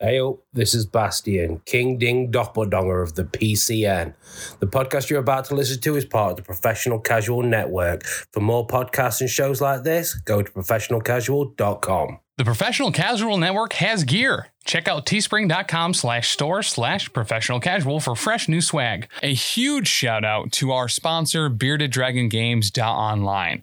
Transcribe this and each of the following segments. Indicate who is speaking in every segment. Speaker 1: Heyo, this is Bastian, King Ding Doppeldonger of the PCN. The podcast you're about to listen to is part of the Professional Casual Network. For more podcasts and shows like this, go to professionalcasual.com.
Speaker 2: The Professional Casual Network has gear. Check out teespring.com slash store slash professional casual for fresh new swag. A huge shout out to our sponsor, Bearded Dragon Games Online.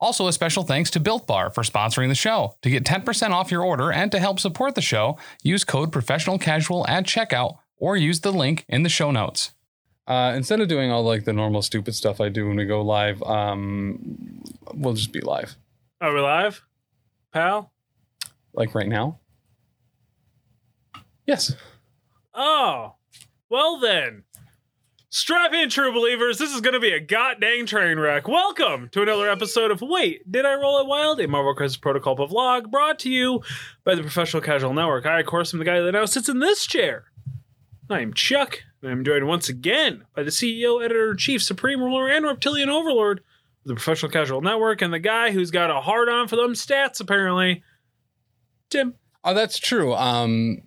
Speaker 2: Also, a special thanks to Built Bar for sponsoring the show. To get 10% off your order and to help support the show, use code professional casual at checkout or use the link in the show notes. Uh, instead of doing all like the normal stupid stuff I do when we go live, um, we'll just be live.
Speaker 3: Are we live, pal?
Speaker 2: Like right now? Yes.
Speaker 3: Oh, well then. Strap in, true believers. This is going to be a goddamn train wreck. Welcome to another episode of Wait, Did I Roll It Wild? A Marvel Crisis Protocol vlog brought to you by the Professional Casual Network. I, of course, am the guy that now sits in this chair. I am Chuck, and I'm joined once again by the CEO, Editor in Chief, Supreme Ruler, and Reptilian Overlord of the Professional Casual Network, and the guy who's got a hard on for them stats, apparently, Tim.
Speaker 2: Oh, that's true. Um,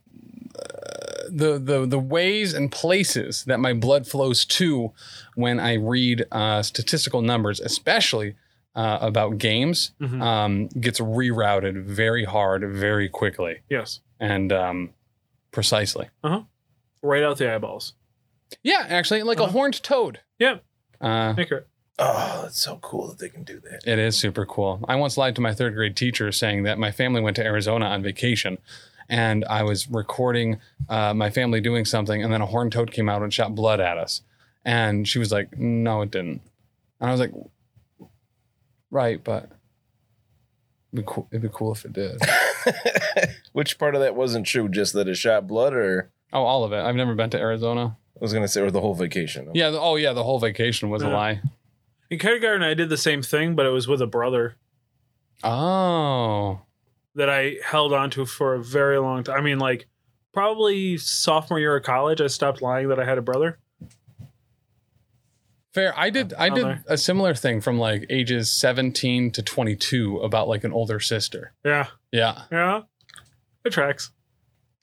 Speaker 2: uh, the the the ways and places that my blood flows to when I read uh, statistical numbers, especially uh, about games,
Speaker 3: Mhm.
Speaker 2: um, gets rerouted very hard, very quickly,
Speaker 3: Yes.
Speaker 2: and um, precisely.
Speaker 3: Right out the eyeballs.
Speaker 2: Yeah, actually, like a
Speaker 3: Uh-huh.
Speaker 2: horned toad.
Speaker 3: Yeah.
Speaker 2: Uh,
Speaker 3: Accurate.
Speaker 1: Oh, it's so cool that they can do that.
Speaker 2: It is super cool. I once lied to my third grade teacher saying that my family went to Arizona on vacation and I was recording uh, my family doing something and then a horned toad came out and shot blood at us. And she was like, no, it didn't. And I was like, right, but it'd be cool, it'd be cool if it did.
Speaker 4: Which part of that wasn't true? Just that it shot blood, or
Speaker 2: oh, all of it. I've never been to Arizona.
Speaker 4: I was gonna say, or the whole vacation.
Speaker 2: Yeah. The, oh, yeah. The whole vacation was a
Speaker 3: Yeah.
Speaker 2: lie.
Speaker 3: In kindergarten, I did the same thing, but it was with a brother
Speaker 2: Oh.
Speaker 3: that I held on to for a very long time. I mean, like probably sophomore year of college, I stopped lying that I had a brother.
Speaker 2: Fair. I did. I did
Speaker 3: Another.
Speaker 2: a similar thing from like ages seventeen to twenty-two about like an older sister.
Speaker 3: Yeah,
Speaker 2: Yeah.
Speaker 3: yeah, it tracks.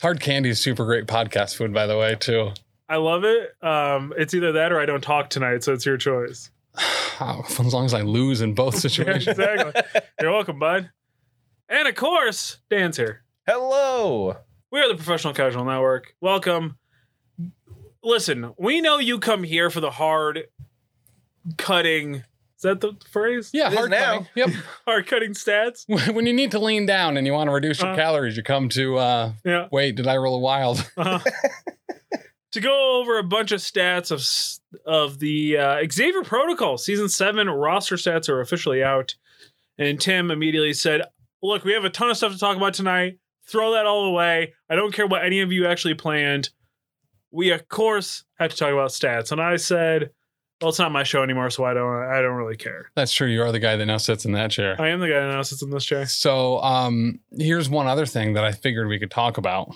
Speaker 2: Hard candy is super great podcast food, by the way, too.
Speaker 3: I love it. Um, it's either that or I don't talk tonight, so it's your choice.
Speaker 2: as long as I lose in both
Speaker 3: Yeah,
Speaker 2: situations.
Speaker 3: exactly. You're welcome, bud. And of course, Dan's here.
Speaker 4: Hello.
Speaker 3: We are the Professional Casual Network. Welcome. Listen, we know you come here for the hard cutting. Is that the phrase?
Speaker 2: yeah,
Speaker 4: It is
Speaker 2: hard
Speaker 4: now.
Speaker 2: cutting. Yep.
Speaker 3: Hard cutting stats.
Speaker 2: When- when you need to lean down and you want to reduce your
Speaker 3: Uh.
Speaker 2: calories, you come to uh
Speaker 3: Yeah.
Speaker 2: wait, did I roll a wild?
Speaker 3: Uh-huh. to go over a bunch of stats of s- of the uh, Xavier Protocol season seven roster stats are officially out, and Tim immediately said, "Look, we have a ton of stuff to talk about tonight. Throw that all away. I don't care what any of you actually planned. We of course have to talk about stats." And I said, "Well, it's not my show anymore, so I don't I don't really care.
Speaker 2: That's true. You are the guy that now sits in that chair.
Speaker 3: I am the guy that now sits in this chair.
Speaker 2: So um here's one other thing that I figured we could talk about.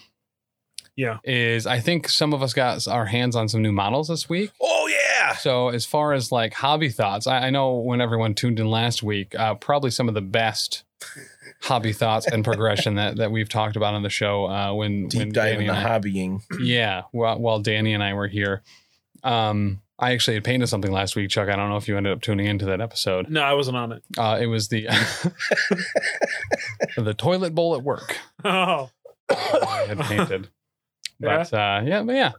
Speaker 3: Yeah.
Speaker 2: Is I think some of us got our hands on some new models this week.
Speaker 4: Oh yeah.
Speaker 2: So as far as like hobby thoughts, I, I know when everyone tuned in last week, uh, probably some of the best hobby thoughts and progression that, that we've talked about on the show. Uh, when when
Speaker 4: Deep dive
Speaker 2: Danny
Speaker 4: into
Speaker 2: and I-
Speaker 4: hobbying.
Speaker 2: yeah, while, while Danny and I were here, um, I actually had painted something last week, Chuck. I don't know if you ended up tuning into that episode.
Speaker 3: No, I wasn't on it.
Speaker 2: Uh, it was the the toilet bowl at work
Speaker 3: Oh,
Speaker 2: I had painted. But uh, yeah, but yeah.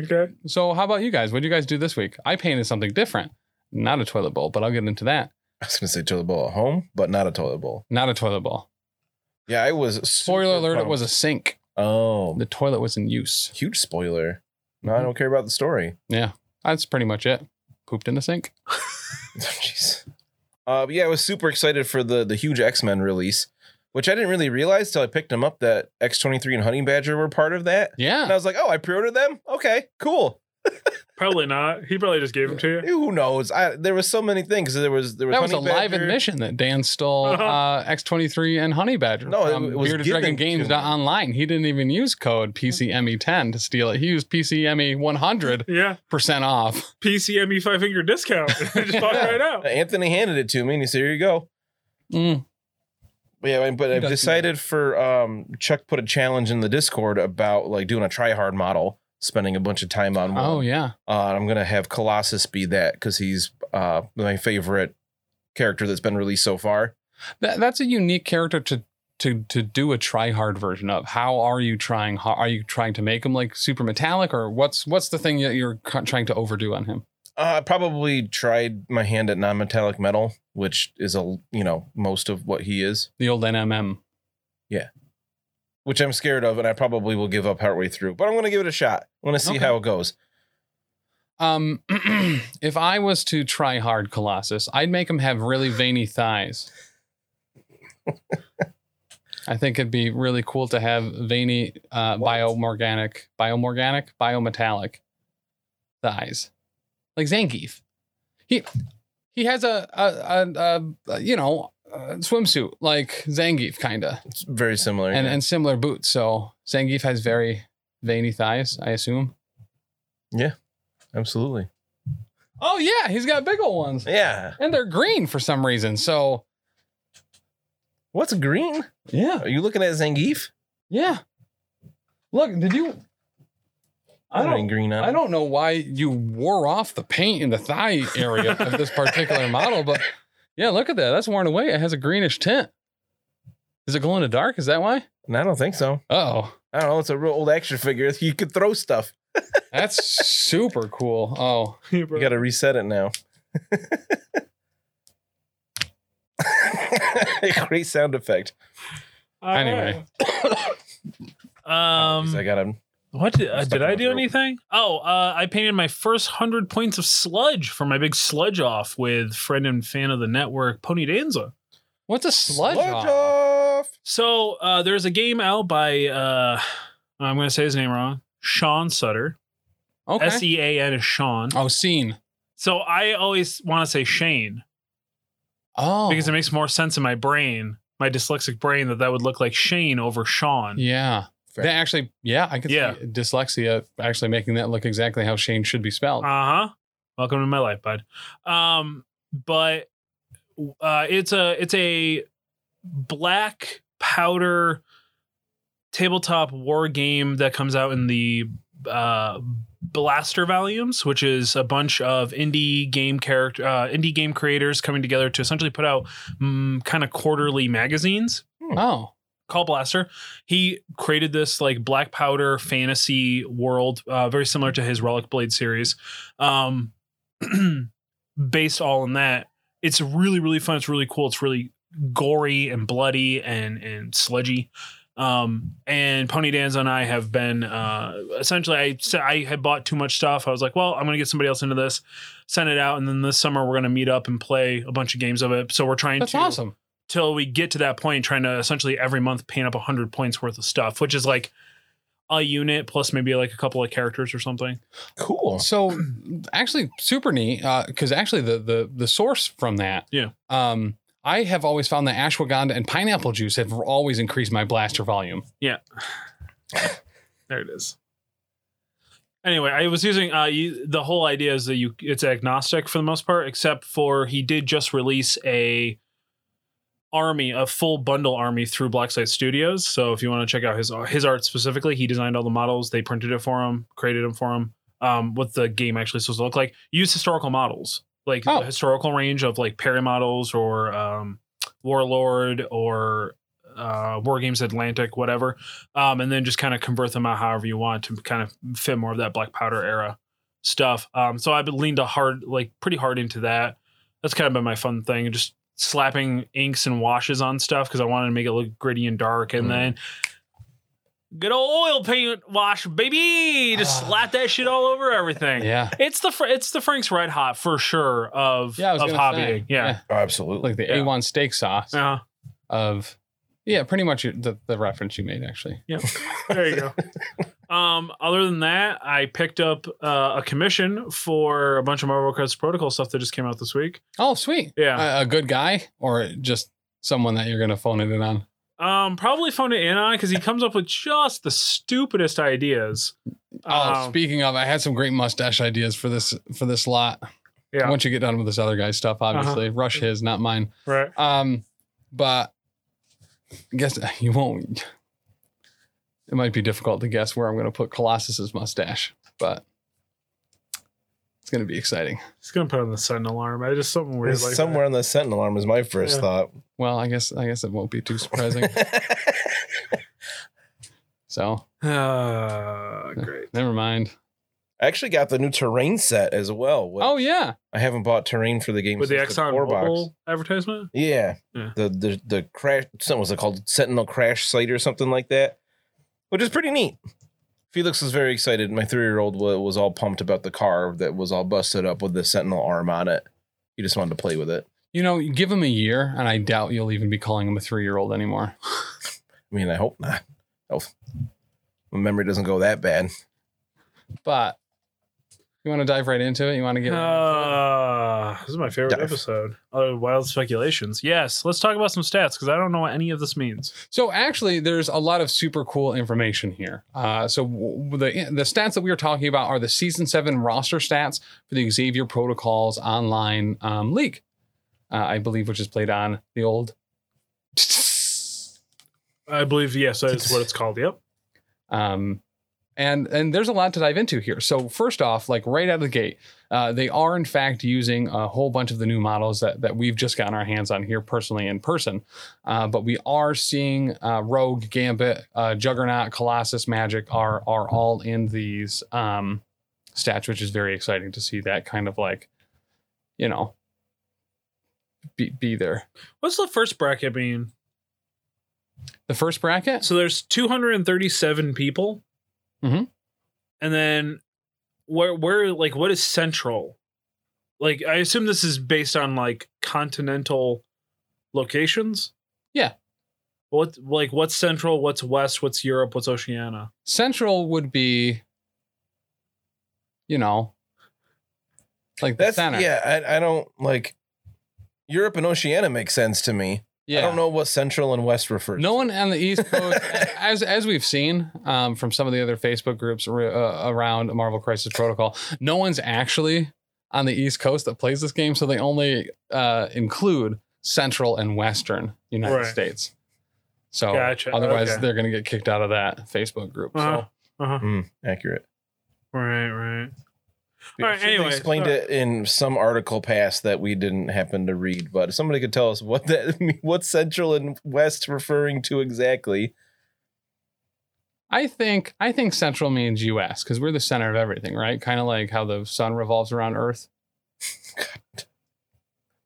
Speaker 3: okay.
Speaker 2: So how about you guys? What did you guys do this week? I painted something different, not a toilet bowl, but I'll get into that.
Speaker 4: I was gonna say toilet bowl at home, but not a toilet bowl.
Speaker 2: Not a toilet bowl.
Speaker 4: Yeah, I was.
Speaker 2: Spoiler
Speaker 4: super
Speaker 2: alert, it
Speaker 4: pumped.
Speaker 2: was a sink.
Speaker 4: oh
Speaker 2: The toilet was in use.
Speaker 4: huge spoiler. No,
Speaker 2: Mm-hmm.
Speaker 4: I don't care about the story.
Speaker 2: That's pretty much it. Pooped in the sink.
Speaker 4: Jeez. Uh, but yeah, I was super excited for the the huge X Men release, which I didn't really realize till I picked them up that X twenty three and Honey Badger were part of that, and I
Speaker 2: Yeah.
Speaker 4: was like, oh, I pre ordered them. Okay, cool.
Speaker 3: Probably not. He probably just gave them to you.
Speaker 4: Who knows? I, there was so many things. There was there was
Speaker 2: That was a
Speaker 4: Honey
Speaker 2: live
Speaker 4: Badger.
Speaker 2: admission that Dan stole uh, X23 and Honey Badger
Speaker 4: No, it-
Speaker 2: from
Speaker 4: it was
Speaker 2: Bearded
Speaker 4: given
Speaker 2: Dragon
Speaker 4: to
Speaker 2: Games
Speaker 4: me.
Speaker 2: online. He didn't even use code PCME10 E to steal it. He used PCME 100%
Speaker 3: Yeah.
Speaker 2: off.
Speaker 3: PCME E five finger discount. just walk right out.
Speaker 4: Anthony handed it to me and he said, "Here you go."
Speaker 2: Mm.
Speaker 4: But yeah, I- but
Speaker 2: He
Speaker 4: I've
Speaker 2: does do
Speaker 4: decided for um, Chuck put a challenge in the Discord about like doing a try hard model, spending a bunch of time on one.
Speaker 2: Oh, yeah.
Speaker 4: Uh, I'm gonna have Colossus be that because he's uh, my favorite character that's been released so far.
Speaker 2: That, that's a unique character to to to do a try hard version of. How are you trying? How, are you trying to make him like super metallic, or what's what's the thing that you're cu- trying to overdo on him?
Speaker 4: Uh, I probably tried my hand at non-metallic metal, which is a you know most of what he is,
Speaker 2: The old NMM.
Speaker 4: which I'm scared of, and I probably will give up partway through. But I'm gonna give it a shot. I'm gonna see
Speaker 2: Okay.
Speaker 4: how it goes.
Speaker 2: Um, if I was to try hard Colossus, I'd make him have really veiny thighs. I think it'd be really cool to have veiny, uh,
Speaker 4: What?
Speaker 2: biomorganic, biomorganic, biometallic thighs, like Zangief. He he has a a, a, a you know a swimsuit like Zangief, kinda,
Speaker 4: It's very similar.
Speaker 2: and and similar boots. So Zangief has very veiny thighs, I assume.
Speaker 4: absolutely,
Speaker 2: Oh yeah, he's got big old ones.
Speaker 4: yeah.
Speaker 2: and they're green for some reason. So
Speaker 4: What's green?
Speaker 2: yeah,
Speaker 4: Are you looking at Zangief?
Speaker 2: yeah. Look, did you? I
Speaker 4: There ain't
Speaker 2: don't.
Speaker 4: green on.
Speaker 2: I
Speaker 4: it.
Speaker 2: don't know why you wore off the paint in the thigh area of this particular model, but yeah, look at that. That's worn away. It has a greenish tint. Is it glow in the dark? Is that why?
Speaker 4: And I don't think so.
Speaker 2: Oh,
Speaker 4: I don't know. It's a real old action figure. You could throw stuff.
Speaker 2: that's super cool. Oh,
Speaker 3: You
Speaker 4: You got to reset it now. Great sound effect.
Speaker 2: Anyway.
Speaker 3: Um,
Speaker 4: I got him.
Speaker 3: what did, uh,
Speaker 4: Stuck
Speaker 3: did
Speaker 4: in
Speaker 3: I
Speaker 4: my
Speaker 3: do
Speaker 4: throat.
Speaker 3: anything? Oh, uh, I painted my first hundred points of sludge for my big sludge off with friend and fan of the network Pony Danza.
Speaker 2: what's a sludge? off?
Speaker 4: off.
Speaker 3: So uh, there's a game out by uh, I'm going to say his name wrong. Sean Sutter.
Speaker 2: Okay.
Speaker 3: S E A N is Sean.
Speaker 2: oh, scene.
Speaker 3: So I always want to say Shane
Speaker 2: Oh,
Speaker 3: because it makes more sense in my brain, my dyslexic brain, that that would look like Shane over Sean.
Speaker 2: yeah.
Speaker 4: Fair.
Speaker 2: That actually, yeah, I could
Speaker 3: Yeah.
Speaker 2: see dyslexia actually making that look exactly how Shane should be spelled.
Speaker 3: Uh huh. Welcome to my life, bud. Um, but uh, it's a it's a black powder tabletop war game that comes out in the uh, Blaster volumes, which is a bunch of indie game character uh, indie game creators coming together to essentially put out mm, kind of quarterly magazines.
Speaker 2: Oh,
Speaker 3: Call Blaster. He created this like black powder fantasy world, uh, very similar to his Relic Blade series. Um, based all on that, it's really really fun. It's really cool. It's really gory and bloody and and sludgy. Um, and Pony Danza and I have been uh, essentially I said I had bought too much stuff. I was like, well, I'm gonna get somebody else into this, send it out, and then this summer we're gonna meet up and play a bunch of games of it. So we're trying
Speaker 2: that's
Speaker 3: to
Speaker 2: awesome.
Speaker 3: till we get to that point trying to essentially every month paint up 100 points worth of stuff which is like a unit plus maybe like a couple of characters or something
Speaker 4: Cool.
Speaker 2: So, actually, super neat because actually the the the source from that.
Speaker 3: Yeah.
Speaker 2: Um, I have always found that ashwagandha and pineapple juice have always increased my blaster volume.
Speaker 3: there it is anyway i was using uh you, the whole idea is that you it's agnostic for the most part except for he did just release a army a full bundle army through blacksite studios so if you want to check out his his art specifically he designed all the models they printed it for him created them for him um what the game actually is supposed to look like use historical models like
Speaker 2: Oh.
Speaker 3: the historical range of like Perry models or um warlord or uh war games atlantic whatever um and then just kind of convert them out however you want to kind of fit more of that black powder era stuff um so i've been leaned a hard like pretty hard into that that's kind of been my fun thing just slapping inks and washes on stuff because i wanted to make it look gritty and dark and
Speaker 4: Mm.
Speaker 3: then good old oil paint wash baby just
Speaker 2: Ah.
Speaker 3: slap that shit all over everything
Speaker 2: Yeah.
Speaker 3: it's the Fr- it's the Frank's Red Hot for sure of
Speaker 2: Yeah. I was
Speaker 3: of
Speaker 2: gonna say.
Speaker 3: hobbying. Yeah.
Speaker 4: Oh, absolutely.
Speaker 2: Like the
Speaker 3: Yeah.
Speaker 2: A1 steak sauce
Speaker 3: Uh-huh.
Speaker 2: of. Yeah, pretty much the, the reference you made actually.
Speaker 3: There you go. Um, other than that, I picked up uh, a commission for a bunch of Marvel Crisis Protocol stuff that just came out this week.
Speaker 2: Oh, sweet.
Speaker 3: Yeah.
Speaker 2: A, a good guy or just someone that you're going to phone it in on?
Speaker 3: Um, probably phone it in on because he comes up with just the stupidest ideas.
Speaker 2: Oh,
Speaker 3: Um,
Speaker 2: speaking of, I had some great mustache ideas for this for this lot.
Speaker 3: Yeah. Uh-huh.
Speaker 2: Once you get done with this other guy's stuff, obviously, rush his, not mine.
Speaker 3: right.
Speaker 2: Um, but I guess you won't. It might be difficult to guess where I'm going to put Colossus's mustache, but it's going to be exciting.
Speaker 3: He's gonna put on the send alarm. I just something weird
Speaker 4: It's
Speaker 3: like
Speaker 4: somewhere on the sentinel alarm is my first
Speaker 3: Yeah.
Speaker 4: thought.
Speaker 2: Well, I guess I guess it won't be too surprising. so
Speaker 3: That. Uh, great.
Speaker 2: never mind.
Speaker 4: I actually got the new terrain set as well. which
Speaker 2: Oh yeah,
Speaker 4: I haven't bought terrain for the game
Speaker 3: With the
Speaker 4: since
Speaker 3: Exxon
Speaker 4: core box.
Speaker 3: Mobil advertisement.
Speaker 4: Yeah.
Speaker 3: Yeah.
Speaker 4: The the the crash something was it called Sentinel crash site or something like that, which is pretty neat. Felix was very excited. My three year old was, was all pumped about the car that was all busted up with the Sentinel arm on it. He just wanted to play with it.
Speaker 2: you know, you give him a year, and I doubt you'll even be calling him a three year old anymore.
Speaker 4: I mean, I hope not. Oh, my memory doesn't go that bad.
Speaker 2: But you want to dive right into it? You want to get
Speaker 3: Uh, this is my favorite
Speaker 4: Dive.
Speaker 3: episode. Oh, wild speculations. Yes, let's talk about some stats because I don't know what any of this means.
Speaker 2: so actually, there's a lot of super cool information here. Uh, so w- w- the the stats that we were talking about are the season seven roster stats for the Xavier Protocols online um, league, uh, I believe, which is played on the old.
Speaker 3: I believe yes, that is what it's called. Yep.
Speaker 2: Um, and and there's a lot to dive into here. So first off, like right out of the gate, uh, they are in fact using a whole bunch of the new models that that we've just gotten our hands on here personally in person. Uh, but we are seeing uh, Rogue, Gambit, uh, Juggernaut, Colossus, Magic are are all in these um, stats, which is very exciting to see that kind of like, you know, be be there.
Speaker 3: What's the first bracket mean?
Speaker 2: The first bracket.
Speaker 3: So there's 237 people.
Speaker 2: Mhm.
Speaker 3: And then where where like what is central? Like I assume this is based on like continental locations?
Speaker 2: Yeah.
Speaker 3: What like what's central, what's west, what's Europe, what's Oceania?
Speaker 2: Central would be, you know, like the
Speaker 4: That's
Speaker 2: center.
Speaker 4: yeah. I, I don't like Europe and Oceania make sense to me.
Speaker 2: Yeah.
Speaker 4: I don't know what Central and West refers.
Speaker 2: No one on the East Coast, as as we've seen um, from some of the other Facebook groups ar- uh, around Marvel Crisis Protocol, no one's actually on the East Coast that plays this game, so they only uh, include Central and Western United
Speaker 3: Right.
Speaker 2: States. So
Speaker 3: Gotcha,
Speaker 2: otherwise,
Speaker 3: okay.
Speaker 2: they're going to get kicked out of that Facebook group.
Speaker 3: Uh-huh. Uh-huh.
Speaker 4: Hmm, accurate.
Speaker 3: Right, right.
Speaker 4: Yeah,
Speaker 3: All right,
Speaker 4: I'm sure they
Speaker 3: anyways,
Speaker 4: explained
Speaker 3: all
Speaker 4: it in some article past that we didn't happen to read, but if somebody could tell us what that what Central and West referring to exactly.
Speaker 2: I think I think central means U.S. because we're the center of everything, right? Kind of like how the sun revolves around Earth.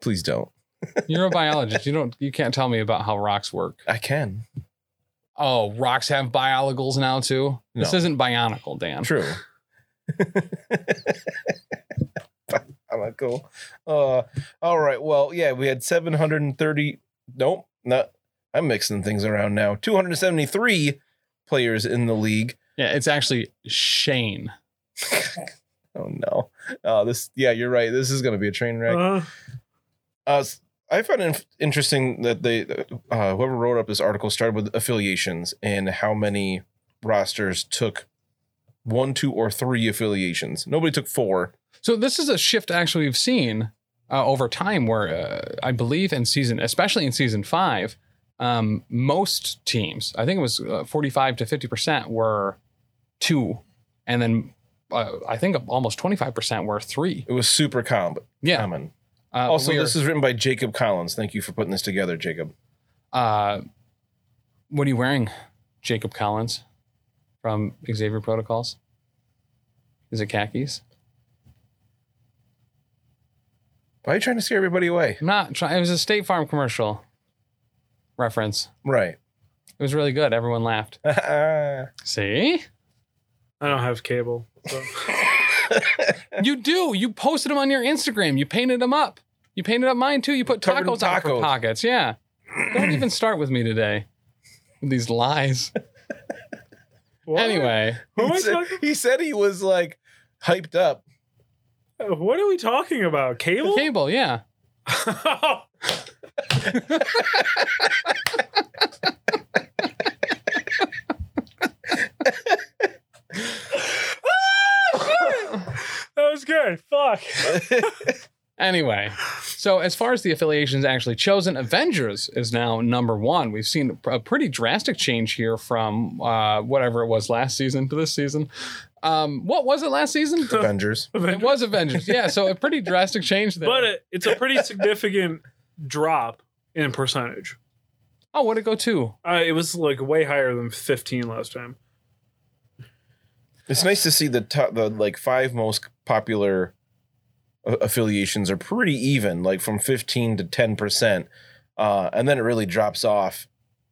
Speaker 4: Please don't.
Speaker 2: You're a biologist. You don't. You can't tell me about how rocks work.
Speaker 4: I can.
Speaker 2: Oh, rocks have biolicles now too. This
Speaker 4: No.
Speaker 2: isn't bionicle, Dan.
Speaker 4: True. I'm cool. Uh, all right. Well, yeah, we had 730. Nope, not. I'm mixing things around now. 273 players in the league.
Speaker 2: Yeah, it's actually Shane.
Speaker 4: Oh no. Uh, this. Yeah, you're right. This is gonna be a train wreck.
Speaker 3: Uh,
Speaker 4: Uh, s- I found it inf- interesting that they, uh, whoever wrote up this article started with affiliations and how many rosters took one, two, or three affiliations. Nobody took four.
Speaker 2: So this is a shift actually we've seen uh, over time, where uh, I believe in season, especially in season five, um, most teams, I think it was uh, 45 to 50 percent were two, and then uh, I think almost 25 percent were three.
Speaker 4: It was super com-
Speaker 2: Yeah.
Speaker 4: common.
Speaker 2: Uh,
Speaker 4: Um, also,
Speaker 2: we are-
Speaker 4: this is written by Jacob Collins. Thank you for putting this together, Jacob.
Speaker 2: Uh, what are you wearing, Jacob Collins from Xavier Protocols? Is it khakis?
Speaker 4: Why are you trying to scare everybody away?
Speaker 2: I'm not trying. It was a State Farm commercial reference.
Speaker 4: Right.
Speaker 2: It was really good. Everyone laughed.
Speaker 4: I
Speaker 2: See?
Speaker 3: I don't have cable. so-
Speaker 2: You do. You posted them on your Instagram. You painted them up. You painted up mine too. You put
Speaker 4: Covered in
Speaker 2: tacos, out for
Speaker 4: tacos.
Speaker 2: pockets. Yeah. Don't even start with me today. With these lies.
Speaker 3: What?
Speaker 2: Anyway,
Speaker 3: Who am I
Speaker 4: he, said,
Speaker 3: talking-
Speaker 4: he said he was like hyped up.
Speaker 3: What are we talking about?
Speaker 2: the
Speaker 3: Cable?
Speaker 2: cable, yeah.
Speaker 3: that was good. Fuck.
Speaker 2: Anyway, so as far as the affiliations actually chosen, Avengers is now number one. We've seen a pretty drastic change here from uh, whatever it was last season to this season. Um, what was it last season?
Speaker 4: Avengers.
Speaker 2: It was Avengers. Yeah, so a pretty drastic change there.
Speaker 3: But it, it's a pretty significant drop in percentage.
Speaker 2: oh, what did it go to?
Speaker 3: Uh, it was like way higher than 15 last time.
Speaker 4: It's nice to see the top, the like five most popular a- affiliations are pretty even, like from 15 to 10%. Uh, and then it really drops off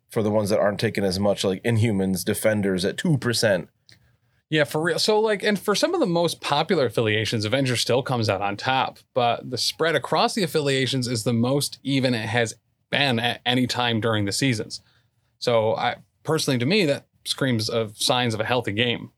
Speaker 4: for the ones that aren't taken as much, like Inhumans, Defenders at 2%.
Speaker 2: Yeah, for real. So, like, and for some of the most popular affiliations, Avengers still comes out on top, but the spread across the affiliations is the most even it has been at any time during the seasons. So, I personally, to me, that screams of signs of a healthy game.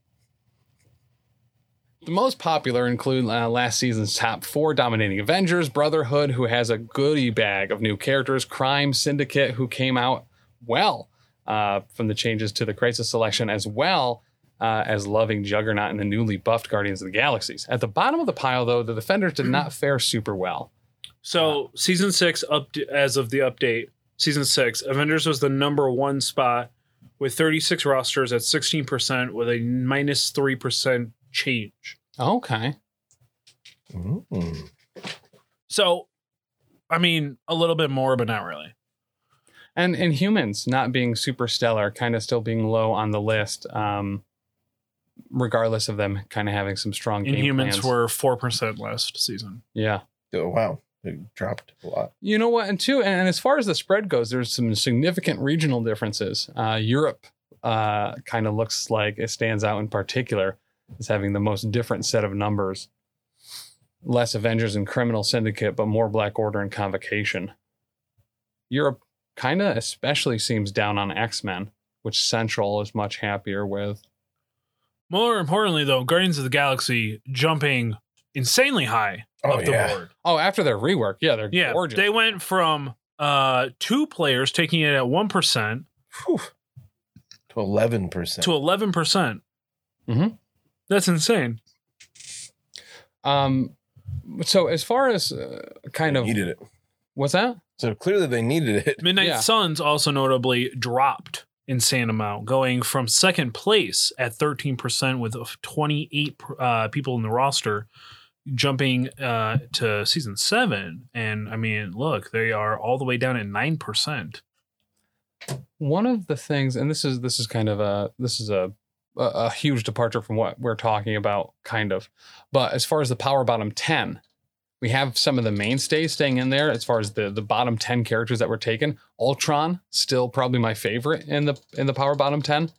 Speaker 2: The most popular include uh, last season's top four dominating Avengers, Brotherhood, who has a goodie bag of new characters, Crime Syndicate, who came out well uh, from the changes to the Crisis selection, as well uh, as loving Juggernaut and the newly buffed Guardians of the Galaxies. At the bottom of the pile, though, the Defenders did not fare super well.
Speaker 3: So season six up as of the update, season six, Avengers was the number one spot with 36 rosters at 16% with a minus 3% change.
Speaker 2: Okay.
Speaker 4: Mm.
Speaker 3: So, I mean, a little bit more, but not really.
Speaker 2: And in humans, not being super stellar, kind of still being low on the list, um, regardless of them kind of having some strong game
Speaker 3: Inhumans
Speaker 2: plans.
Speaker 3: were 4% last season.
Speaker 2: yeah.
Speaker 4: Oh, wow. It dropped a lot.
Speaker 2: You know what? And two, and, and as far as the spread goes, there's some significant regional differences. Uh, Europe uh, kind of looks like it stands out in particular as having the most different set of numbers. Less Avengers and Criminal Syndicate, but more Black Order and Convocation. Europe kind of especially seems down on X Men, which Central is much happier with.
Speaker 3: More importantly, though, Guardians of the Galaxy jumping insanely high
Speaker 4: Oh,
Speaker 3: up the
Speaker 4: yeah.
Speaker 3: board.
Speaker 2: Oh, after their rework, yeah, they're
Speaker 3: Yeah,
Speaker 2: gorgeous.
Speaker 3: they went from uh, two players taking it at one percent
Speaker 4: Whew. To 11%.
Speaker 3: to eleven percent.
Speaker 2: Mhm.
Speaker 3: That's insane.
Speaker 2: um, so as far as uh, kind of
Speaker 4: needed it.
Speaker 2: what's that?
Speaker 4: So clearly they needed it.
Speaker 3: Midnight
Speaker 2: Yeah.
Speaker 3: Suns also notably dropped insane amount, going from second place at thirteen percent with twenty eight uh, people in the roster, jumping uh, to season seven. And I mean, look, they are all the way down at nine percent.
Speaker 2: one of the things and this is this is kind of a this is a a, a huge departure from what we're talking about kind of but as far as the power bottom 10 we have some of the mainstays staying in there as far as the the bottom 10 characters that were taken ultron still probably my favorite in the in the power bottom 10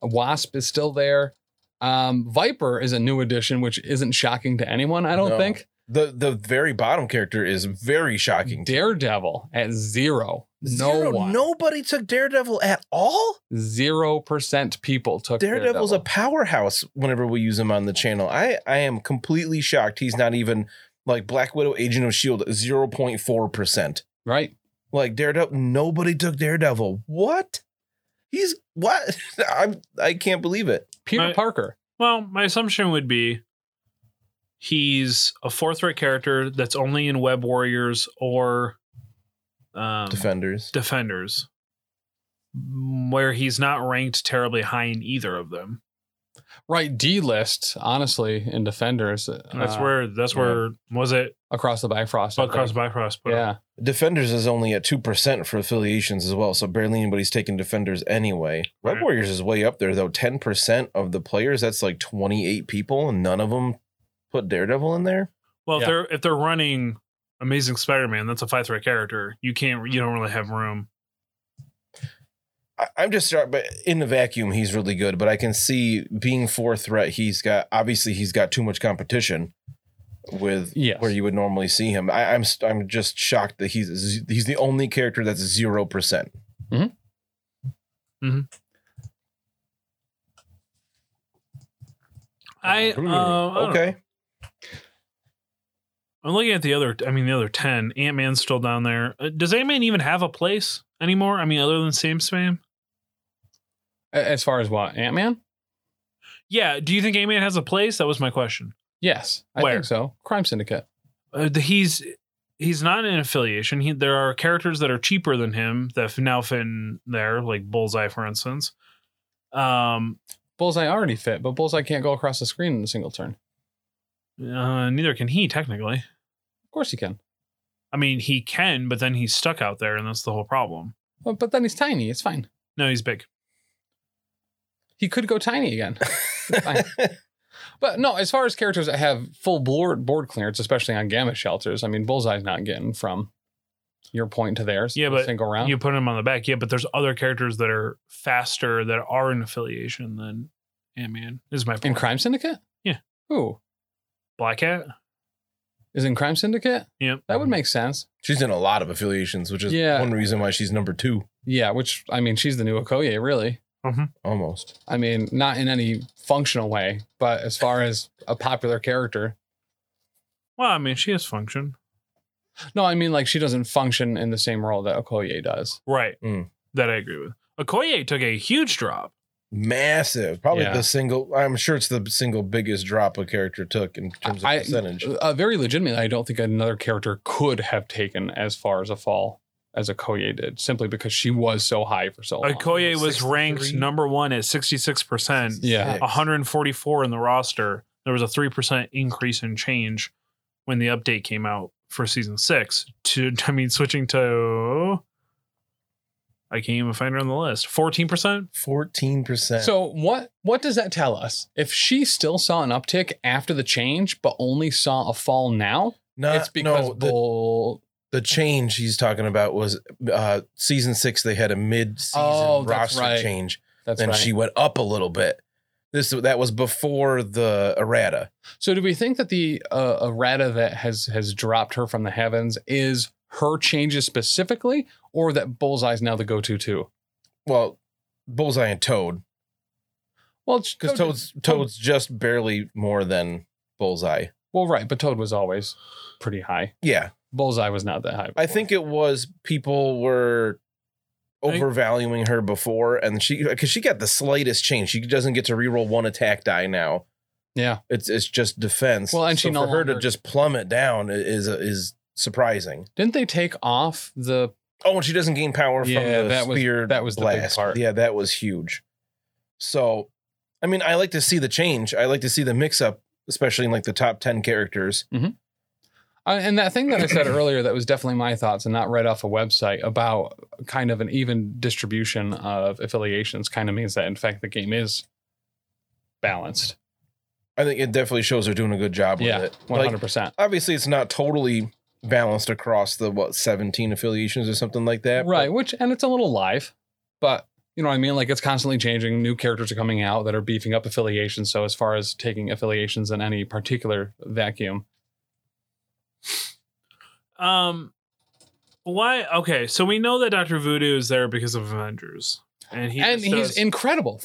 Speaker 2: wasp is still there um viper is a new addition which isn't shocking to anyone i don't
Speaker 4: No.
Speaker 2: think
Speaker 4: The the very bottom character is very shocking.
Speaker 2: daredevil at zero no
Speaker 4: Zero-
Speaker 2: one
Speaker 4: Nobody took Daredevil at all?
Speaker 2: zero percent people took
Speaker 4: Daredevil's
Speaker 2: Daredevil.
Speaker 4: a powerhouse whenever we use him on the channel. I, I am completely shocked he's not even like Black Widow, Agent of S.H.I.E.L.D. 0.4%.
Speaker 2: right
Speaker 4: Like Daredevil, nobody took Daredevil. What? He's what? I'm, I can't believe it.
Speaker 2: Peter
Speaker 3: My-
Speaker 2: Parker.
Speaker 3: Well, my assumption would be he's a fourth rate character that's only in Web Warriors or um,
Speaker 4: Defenders.
Speaker 3: Defenders, m- where he's not ranked terribly high in either of them.
Speaker 2: Right, D list, honestly, in Defenders.
Speaker 3: And that's
Speaker 2: uh,
Speaker 3: where that's
Speaker 4: yeah.
Speaker 3: where was it?
Speaker 2: across the Bifrost. I
Speaker 3: Buck Cross
Speaker 2: think.
Speaker 3: Bifrost. But
Speaker 2: Yeah.
Speaker 4: Defenders is only at 2% for affiliations as well, so barely anybody's taking Defenders anyway. Red
Speaker 3: Right.
Speaker 4: Warriors is way up there, though. 10% of the players, that's like 28 people, and none of them put Daredevil in there.
Speaker 3: well,
Speaker 2: Yeah.
Speaker 3: if they're if they're running Amazing Spider Man, that's a five threat character. You can't you don't really have room.
Speaker 4: I, I'm just shocked, but in the vacuum, he's really good. But I can see being four threat, he's got obviously he's got too much competition with
Speaker 2: Yes.
Speaker 4: where you would normally see him. I, I'm st- I'm just shocked that he's he's the only character that's zero percent.
Speaker 3: I, um, okay.
Speaker 4: Okay.
Speaker 3: I'm looking at the other. I mean, the other ten. Ant Man's still down there. Uh, does Ant Man even have a place anymore? I mean, other than Sam Spam.
Speaker 2: A- As far as what Ant Man?
Speaker 3: Yeah. Do you think Ant Man has a place? That was my question.
Speaker 2: Yes, I
Speaker 3: Where?
Speaker 2: think so. Crime Syndicate.
Speaker 3: Uh, the- he's he's not in affiliation. He, there are characters that are cheaper than him that have now fit in there, like Bullseye, for instance. Um,
Speaker 2: Bullseye already fit, but Bullseye can't go across the screen in a single turn.
Speaker 3: uh, neither can he technically.
Speaker 2: Of course he can,
Speaker 3: I mean, he can, but then he's stuck out there, and that's the whole problem.
Speaker 2: but, but then he's tiny. It's fine.
Speaker 3: No, he's big.
Speaker 2: He could go tiny again. Fine. But no, as far as characters that have full board board clearance, especially on gamut shelters, I mean, Bullseye's not getting from your point to theirs.
Speaker 3: Yeah,
Speaker 2: in a
Speaker 3: but
Speaker 2: single round.
Speaker 3: You put him on the back, yeah, but there's other characters that are faster that are in affiliation than Ant Man. Is my
Speaker 2: in
Speaker 3: point.
Speaker 2: Crime Syndicate?
Speaker 3: Yeah.
Speaker 2: Who
Speaker 3: Black Cat?
Speaker 2: is in Crime Syndicate?
Speaker 3: Yep.
Speaker 2: That
Speaker 4: Mm-hmm.
Speaker 2: would make sense.
Speaker 4: She's in a lot of affiliations, which is
Speaker 2: Yeah.
Speaker 4: one reason why she's number two
Speaker 2: Yeah, which I mean, she's the new Okoye, really.
Speaker 4: almost.
Speaker 2: I mean, not in any functional way, but as far as a popular character.
Speaker 3: Well, I mean, she has function,
Speaker 2: No, I mean, like she doesn't function in the same role that Okoye does.
Speaker 3: right?
Speaker 2: Hmm.
Speaker 4: Mm.
Speaker 3: That I agree with. Okoye took a huge drop.
Speaker 4: Massive. Probably
Speaker 2: Yeah.
Speaker 4: the single I'm sure it's the single biggest drop a character took in terms of
Speaker 2: I-
Speaker 4: percentage.
Speaker 2: Uh, very legitimately, I don't think another character could have taken as far as a fall as Okoye did, simply because she was so high for so long.
Speaker 3: Okoye was
Speaker 4: 63.
Speaker 3: ranked number one at 66%,
Speaker 2: Yeah.
Speaker 4: Six.
Speaker 3: 144 in the roster. There was a 3% increase in change when the update came out for season six. To, I mean, switching to. I can't even find her on the list. 14%?
Speaker 4: 14%.
Speaker 2: So what what does that tell us? If she still saw an uptick after the change, but only saw a fall now,
Speaker 4: Not,
Speaker 2: it's because
Speaker 4: Uh, no, the,
Speaker 2: Bull.
Speaker 4: the change he's talking about was uh season six they had a mid-season
Speaker 2: Oh, that's
Speaker 4: roster
Speaker 2: right.
Speaker 4: change
Speaker 2: That's
Speaker 4: and
Speaker 2: right.
Speaker 4: she went up a little bit this that was before the errata
Speaker 2: so do we think that the uh, errata that has has dropped her from the heavens is her changes specifically, or that Bullseye's now the go to too?
Speaker 4: well bullseye and toad
Speaker 2: Well,
Speaker 4: because toad's toad's just barely more than bullseye
Speaker 2: Well, right, but Toad was always pretty high.
Speaker 4: yeah
Speaker 2: Bullseye was not that high.
Speaker 4: i think it was people were
Speaker 3: I-
Speaker 4: overvaluing her before and she because she got the slightest change she doesn't get to reroll one attack die now
Speaker 2: Yeah.
Speaker 4: it's it's just defense
Speaker 2: Well, and she
Speaker 4: so
Speaker 2: no
Speaker 4: for her to
Speaker 2: longer-
Speaker 4: just plummet down i- is is surprising
Speaker 2: Didn't they take off the
Speaker 4: Oh, and she doesn't gain power
Speaker 2: Yeah,
Speaker 4: from the
Speaker 2: that was-
Speaker 4: spear.
Speaker 2: that was the big
Speaker 4: blast.
Speaker 2: part.
Speaker 4: Yeah, that was huge. So, I mean, I like to see the change. I like to see the mix up, especially in like the top ten characters.
Speaker 2: Uh, and that thing that I said earlier, that was definitely my thoughts and not right off a website about kind of an even distribution of affiliations kind of means that, in fact, the game is balanced.
Speaker 4: I think it definitely shows they're doing a good job with
Speaker 2: Yeah,
Speaker 4: it. Like,
Speaker 2: 100%.
Speaker 4: obviously, it's not totally balanced across the what seventeen affiliations or something like that. but
Speaker 2: right. Which, and it's a little live, but you know what I mean? Like it's constantly changing. New characters are coming out that are beefing up affiliations. So, as far as taking affiliations in any particular vacuum,
Speaker 3: Um, why? Okay, so we know that Doctor Voodoo is there because of Avengers, and he
Speaker 2: and
Speaker 3: just
Speaker 2: he's
Speaker 3: does-
Speaker 2: incredible.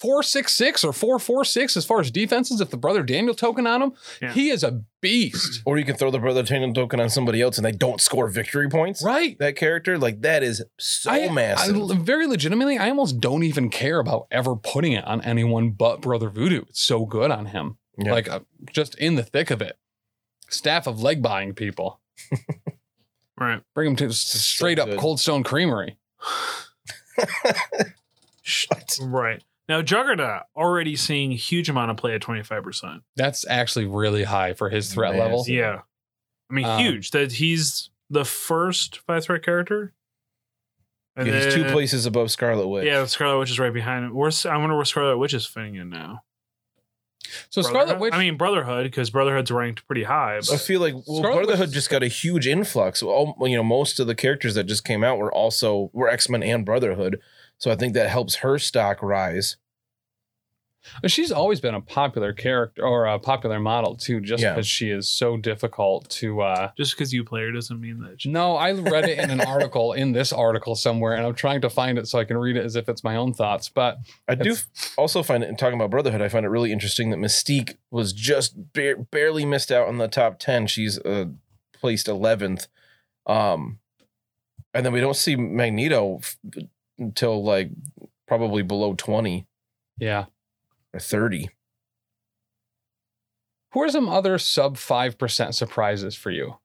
Speaker 2: Four six six or four four six as far as defenses. If the brother Daniel token on him,
Speaker 3: Yeah.
Speaker 2: he is a beast,
Speaker 4: Or you can throw the brother Tatum token on somebody else, and they don't score victory points.
Speaker 2: right?
Speaker 4: That character, like that, is so
Speaker 2: I-
Speaker 4: massive.
Speaker 2: I l- very legitimately, I almost don't even care about ever putting it on anyone but Brother Voodoo. It's so good on him,
Speaker 4: Yeah.
Speaker 2: like uh, just in the thick of it. Staff of leg buying people.
Speaker 3: right.
Speaker 2: Bring him to s- straight up
Speaker 4: good.
Speaker 2: Cold Stone Creamery.
Speaker 4: What?
Speaker 3: Right now, Juggernaut already seeing a huge amount of play at twenty five percent.
Speaker 2: That's actually really high for his threat
Speaker 4: Massive.
Speaker 2: level.
Speaker 3: Yeah, I mean,
Speaker 2: Um,
Speaker 3: huge. That he's the first five threat character. And
Speaker 4: Yeah, he's two
Speaker 3: then-
Speaker 4: places above Scarlet Witch.
Speaker 3: Yeah, Scarlet Witch is right behind him. Where's I wonder where Scarlet Witch is fitting in now.
Speaker 2: So Scarlet
Speaker 3: Brotherhood?
Speaker 2: Witch.
Speaker 3: I mean Brotherhood, because Brotherhood's ranked pretty high.
Speaker 4: I
Speaker 3: But
Speaker 4: feel like well,
Speaker 2: Scarlet Witch
Speaker 4: Brotherhood
Speaker 2: is-
Speaker 4: just got a huge influx. All you know, most of the characters that just came out were also were X Men and Brotherhood, so I think that helps her stock rise.
Speaker 2: She's always been a popular character or a popular model too, just
Speaker 4: Yeah.
Speaker 2: because she is so difficult to. uh
Speaker 3: Just because you play her doesn't mean that. she-
Speaker 2: No, I read it in an article in this article somewhere, and I'm trying to find it so I can read it as if it's my own thoughts. But
Speaker 4: I do
Speaker 2: It's-
Speaker 4: f- also find it in talking about Brotherhood. I find it really interesting that Mystique was just ba- barely missed out on the top ten. She's uh, placed eleventh, um, and then we don't see Magneto f- until like probably below twenty
Speaker 2: yeah,
Speaker 4: or thirty.
Speaker 2: who are some other sub five percent surprises for you?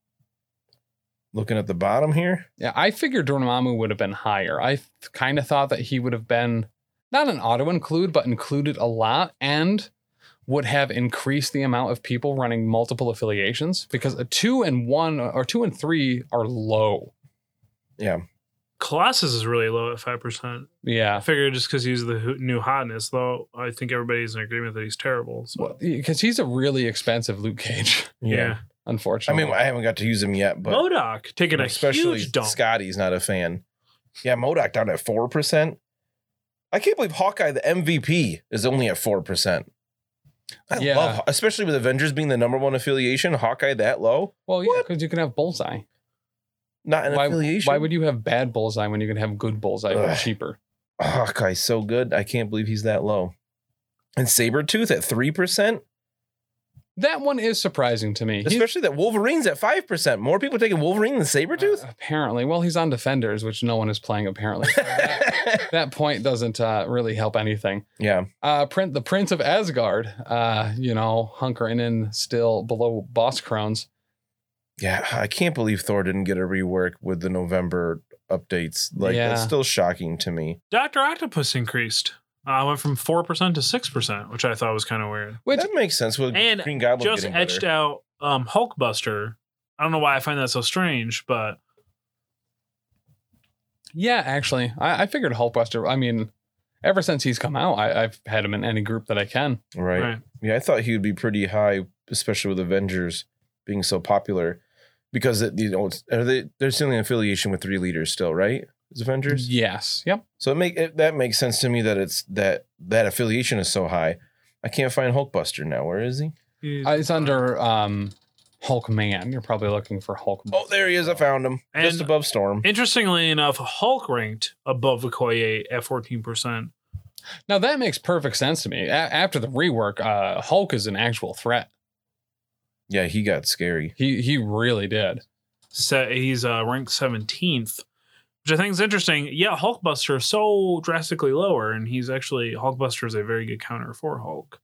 Speaker 4: Looking at the bottom here,
Speaker 2: Yeah, I figured Dormammu would have been higher. I kind of thought that he would have been not an auto include, but included a lot and would have increased the amount of people running multiple affiliations because a two and one or two and three are low.
Speaker 4: yeah,
Speaker 3: Colossus is really low at five percent. I
Speaker 2: Yeah.
Speaker 3: figure just because he's the ho- new hotness, though, I think everybody's in agreement that he's terrible. So
Speaker 2: Because he's a really expensive Luke Cage,
Speaker 4: I
Speaker 2: unfortunately.
Speaker 4: mean, I haven't got to use him yet, but
Speaker 3: Modoc taking a
Speaker 4: especially
Speaker 3: huge dump.
Speaker 4: Scotty's not a fan. Yeah, Modoc down at four percent. I can't believe Hawkeye, the MVP, is only at four percent. I
Speaker 2: Yeah.
Speaker 4: love, especially with Avengers being the number one affiliation. Hawkeye that low,
Speaker 2: well, yeah,
Speaker 4: What?
Speaker 2: because you can have bullseye.
Speaker 4: not an
Speaker 2: Why,
Speaker 4: affiliation.
Speaker 2: why would you have bad bullseye when you can have good bullseye for
Speaker 4: Ugh.
Speaker 2: cheaper?
Speaker 4: Hawkeye's so good? I can't believe he's that low. And Sabretooth at three percent,
Speaker 2: That one is surprising to me. He's-
Speaker 4: especially that Wolverine's at five percent. More people taking Wolverine than Sabretooth.
Speaker 2: Uh, apparently. Well, he's on Defenders, which no one is playing apparently. So that, that point doesn't uh, really help anything.
Speaker 4: yeah,
Speaker 2: Uh, print the Prince of Asgard, uh, you know, hunkering in still below Boss Crones.
Speaker 4: Yeah, I can't believe Thor didn't get a rework with the November updates. Like that's
Speaker 2: Yeah.
Speaker 4: still shocking to me.
Speaker 3: Doctor Octopus increased. Uh, went from four percent to six percent, which I thought was kind of weird.
Speaker 2: Which
Speaker 4: that makes sense with
Speaker 3: And
Speaker 4: Green Goblin
Speaker 3: Just
Speaker 4: getting
Speaker 3: etched
Speaker 4: better.
Speaker 3: out um, Hulkbuster. I don't know why I find that so strange, but
Speaker 2: yeah, actually, I, I figured Hulkbuster. I mean, ever since he's come out, I, I've had him in any group that I can.
Speaker 4: Right.
Speaker 3: Right.
Speaker 4: Yeah, I thought he would be pretty high, especially with Avengers being so popular. Because it, you know, it's, are they they're still in affiliation with three leaders still, right? Is Avengers?
Speaker 2: Yes. Yep.
Speaker 4: So it make it, that makes sense to me that it's that that affiliation is so high. I can't find Hulkbuster now. Where is he?
Speaker 3: he's-
Speaker 2: Uh, it's under um, Hulk Man. You're probably looking for Hulk.
Speaker 4: Oh, there he is. I found him. Just
Speaker 3: And-
Speaker 4: above Storm.
Speaker 3: interestingly enough, Hulk ranked above Okoye at fourteen percent.
Speaker 2: Now that makes perfect sense to me. A- after the rework, uh, Hulk is an actual threat.
Speaker 4: yeah, he got scary.
Speaker 2: He he really did.
Speaker 3: So he's uh, ranked seventeenth, which I think is interesting. Yeah, Hulkbuster is so drastically lower, and he's actually Hulkbuster is a very good counter for Hulk.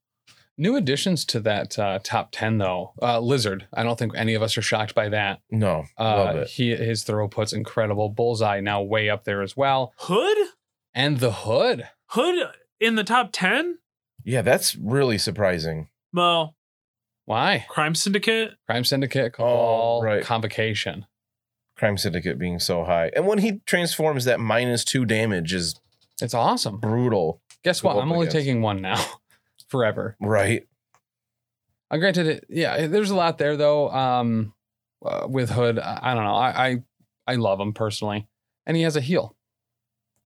Speaker 2: New additions to that uh, top ten, though. Uh, Lizard. I don't think any of us are shocked by that.
Speaker 4: No, love
Speaker 2: Uh,
Speaker 4: it.
Speaker 2: he his throughput's incredible. Bullseye now way up there as well,
Speaker 3: Hood,
Speaker 2: and the Hood.
Speaker 3: Hood in the top ten.
Speaker 4: Yeah, that's really surprising.
Speaker 3: Well,
Speaker 2: Why?
Speaker 3: Crime Syndicate.
Speaker 2: Crime Syndicate, Cabal,
Speaker 4: Oh, right.
Speaker 2: Convocation.
Speaker 4: Crime Syndicate being so high. And when he transforms, that minus two damage is
Speaker 2: It's awesome.
Speaker 4: brutal,
Speaker 2: Guess what?
Speaker 4: Go up
Speaker 2: I'm only
Speaker 4: against.
Speaker 2: taking one now, forever.
Speaker 4: right?
Speaker 2: Uh, granted, it, yeah, there's a lot there though. Um, uh, with Hood, I, I don't know. I, I I love him personally, and he has a heel.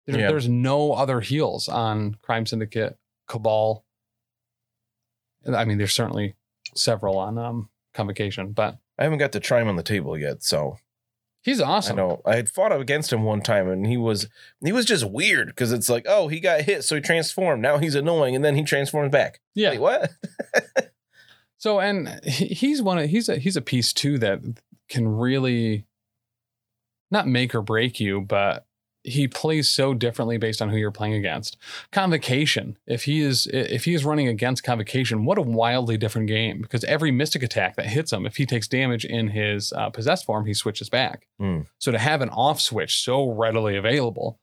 Speaker 2: There-
Speaker 4: Yeah.
Speaker 2: There's no other heels on Crime Syndicate, Cabal. And, I mean, there's certainly several on um Convocation, but
Speaker 4: I haven't got to try him on the table yet, so
Speaker 2: he's awesome.
Speaker 4: I know I had fought up against him one time, and he was he was just weird because it's like, oh, he got hit, so he transformed. Now he's annoying, and then he transforms back.
Speaker 2: Yeah.
Speaker 4: Wait, what?
Speaker 2: So and he- he's one of he's a he's a piece too that can really not make or break you, but he plays so differently based on who you're playing against. Convocation, if he is if he is running against Convocation, what a wildly different game because every mystic attack that hits him, if he takes damage in his uh, possessed form, he switches back.
Speaker 4: Hmm.
Speaker 2: So to have an off switch so readily available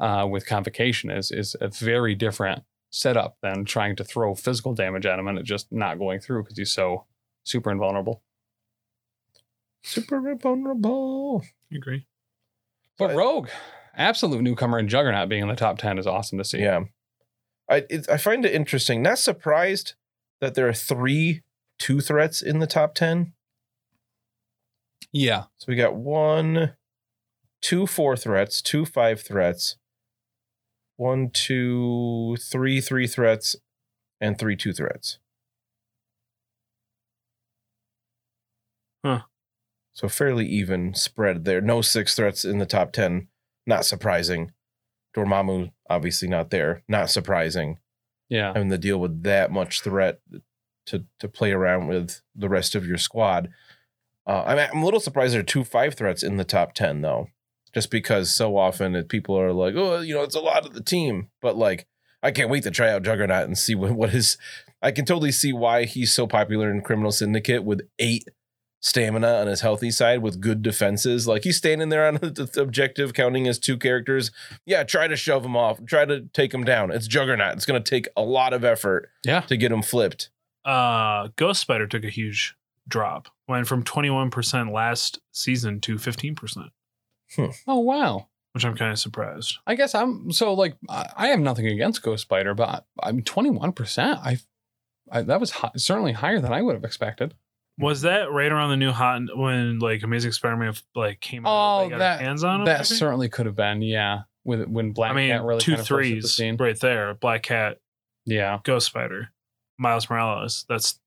Speaker 2: uh, with Convocation is is a very different setup than trying to throw physical damage at him and it just not going through because he's so super invulnerable.
Speaker 4: Super vulnerable.
Speaker 3: Agree.
Speaker 2: But
Speaker 4: So-
Speaker 2: Rogue, absolute newcomer and Juggernaut being in the top ten is awesome to see.
Speaker 4: Yeah, I it, I find it interesting. Not surprised that there are three two threats in the top ten.
Speaker 2: yeah.
Speaker 4: So we got one, two four threats, two five threats, one, two, three, three threats, and three two threats.
Speaker 3: Huh.
Speaker 4: So fairly even spread there. No six threats in the top ten. Not surprising. Dormammu obviously not there. Not surprising.
Speaker 2: Yeah.
Speaker 4: Having to deal with that much threat to to play around with the rest of your squad. Uh, I'm I'm a little surprised there are two five threats in the top ten though, just because so often it, people are like, oh, you know, it's a lot of the team, but like I can't wait to try out Juggernaut and see what what is. I can totally see why he's so popular in Criminal Syndicate with eight stamina on his healthy side with good defenses. Like he's standing there on the objective, counting his two characters. Yeah, try to shove him off, try to take him down. It's Juggernaut. It's going to take a lot of effort
Speaker 2: Yeah.
Speaker 4: to get him flipped.
Speaker 3: Uh, Ghost Spider took a huge drop, went from 21% last season to 15%,
Speaker 2: Oh wow.
Speaker 3: which I'm kind of surprised.
Speaker 2: I guess I'm so like I I have nothing against Ghost Spider, but I, I'm 21. percent I, I that was hi- certainly higher than I would have expected.
Speaker 4: Hmm.
Speaker 3: Was that right around the new hot when like Amazing Spider-Man like came out?
Speaker 2: Oh,
Speaker 3: they got
Speaker 2: that-
Speaker 3: hands on him. I
Speaker 2: that
Speaker 3: think?
Speaker 2: certainly could have been yeah. With when Black
Speaker 3: I mean,
Speaker 2: Cat really
Speaker 3: two
Speaker 2: kind of busted the
Speaker 3: threes
Speaker 2: scene.
Speaker 3: right there. Black Cat,
Speaker 2: Yeah.
Speaker 3: Ghost Spider, Miles Morales. That's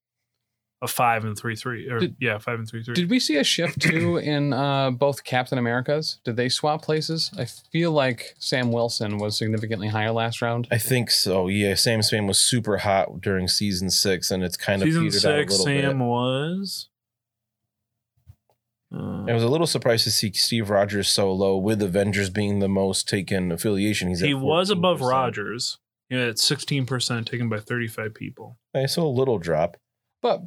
Speaker 3: a five and three three. Or
Speaker 2: Did-
Speaker 3: yeah, five and three three.
Speaker 2: Did we see a shift too in uh, both Captain Americas? Did they swap places? I feel like Sam Wilson was significantly higher last round.
Speaker 4: I think so. Yeah, Sam Spain was super hot during season six, and it's kind of
Speaker 3: season
Speaker 4: petered out a
Speaker 3: six?
Speaker 4: little
Speaker 3: Sam
Speaker 4: bit.
Speaker 3: was. Uh,
Speaker 4: I was a little surprised to see Steve Rogers so low, with Avengers being the most taken affiliation. He's at
Speaker 3: he was above
Speaker 4: 14%.
Speaker 3: Rogers. He had 16% taken by 35 people.
Speaker 4: I saw a little drop.
Speaker 2: but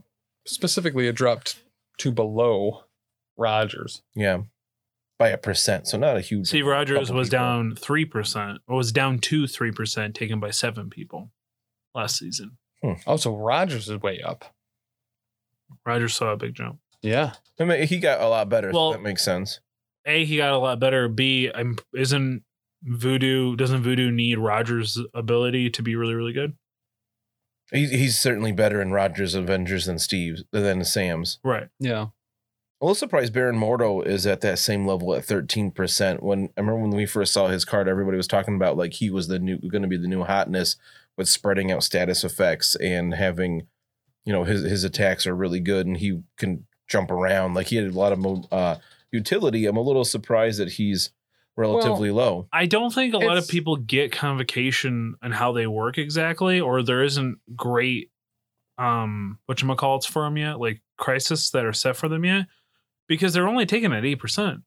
Speaker 2: specifically it dropped to below Rogers.
Speaker 4: Yeah, by a percent, so not a huge.
Speaker 3: Steve Rogers
Speaker 4: couple
Speaker 3: was
Speaker 4: people.
Speaker 3: down 3%, or was down to 3%, taken by seven people last season.
Speaker 2: Oh, so Rogers is way up.
Speaker 3: Rogers saw a big jump.
Speaker 2: Yeah.
Speaker 4: I mean, he got a lot better.
Speaker 3: Well-
Speaker 4: so that makes sense.
Speaker 3: A, he got a lot better. B, I'm, isn't Voodoo, doesn't Voodoo need Rogers' ability to be really, really good?
Speaker 4: He's, he's certainly better in Rogers' Avengers than Steve's than Sam's.
Speaker 3: Right.
Speaker 2: Yeah.
Speaker 4: A little surprised Baron Mordo is at that same level at thirteen percent. When I remember when we first saw his card, everybody was talking about like he was the new going to be the new hotness with spreading out status effects and having, you know, his his attacks are really good and he can jump around. Like he had a lot of mo- uh, utility. I'm a little surprised that he's relatively low.
Speaker 3: I don't think a lot of
Speaker 2: It's-
Speaker 3: people get convocation and how they work exactly, or there isn't great um whatchamacallits for them yet, like crisis that are set for them yet, because they're only taken at eight percent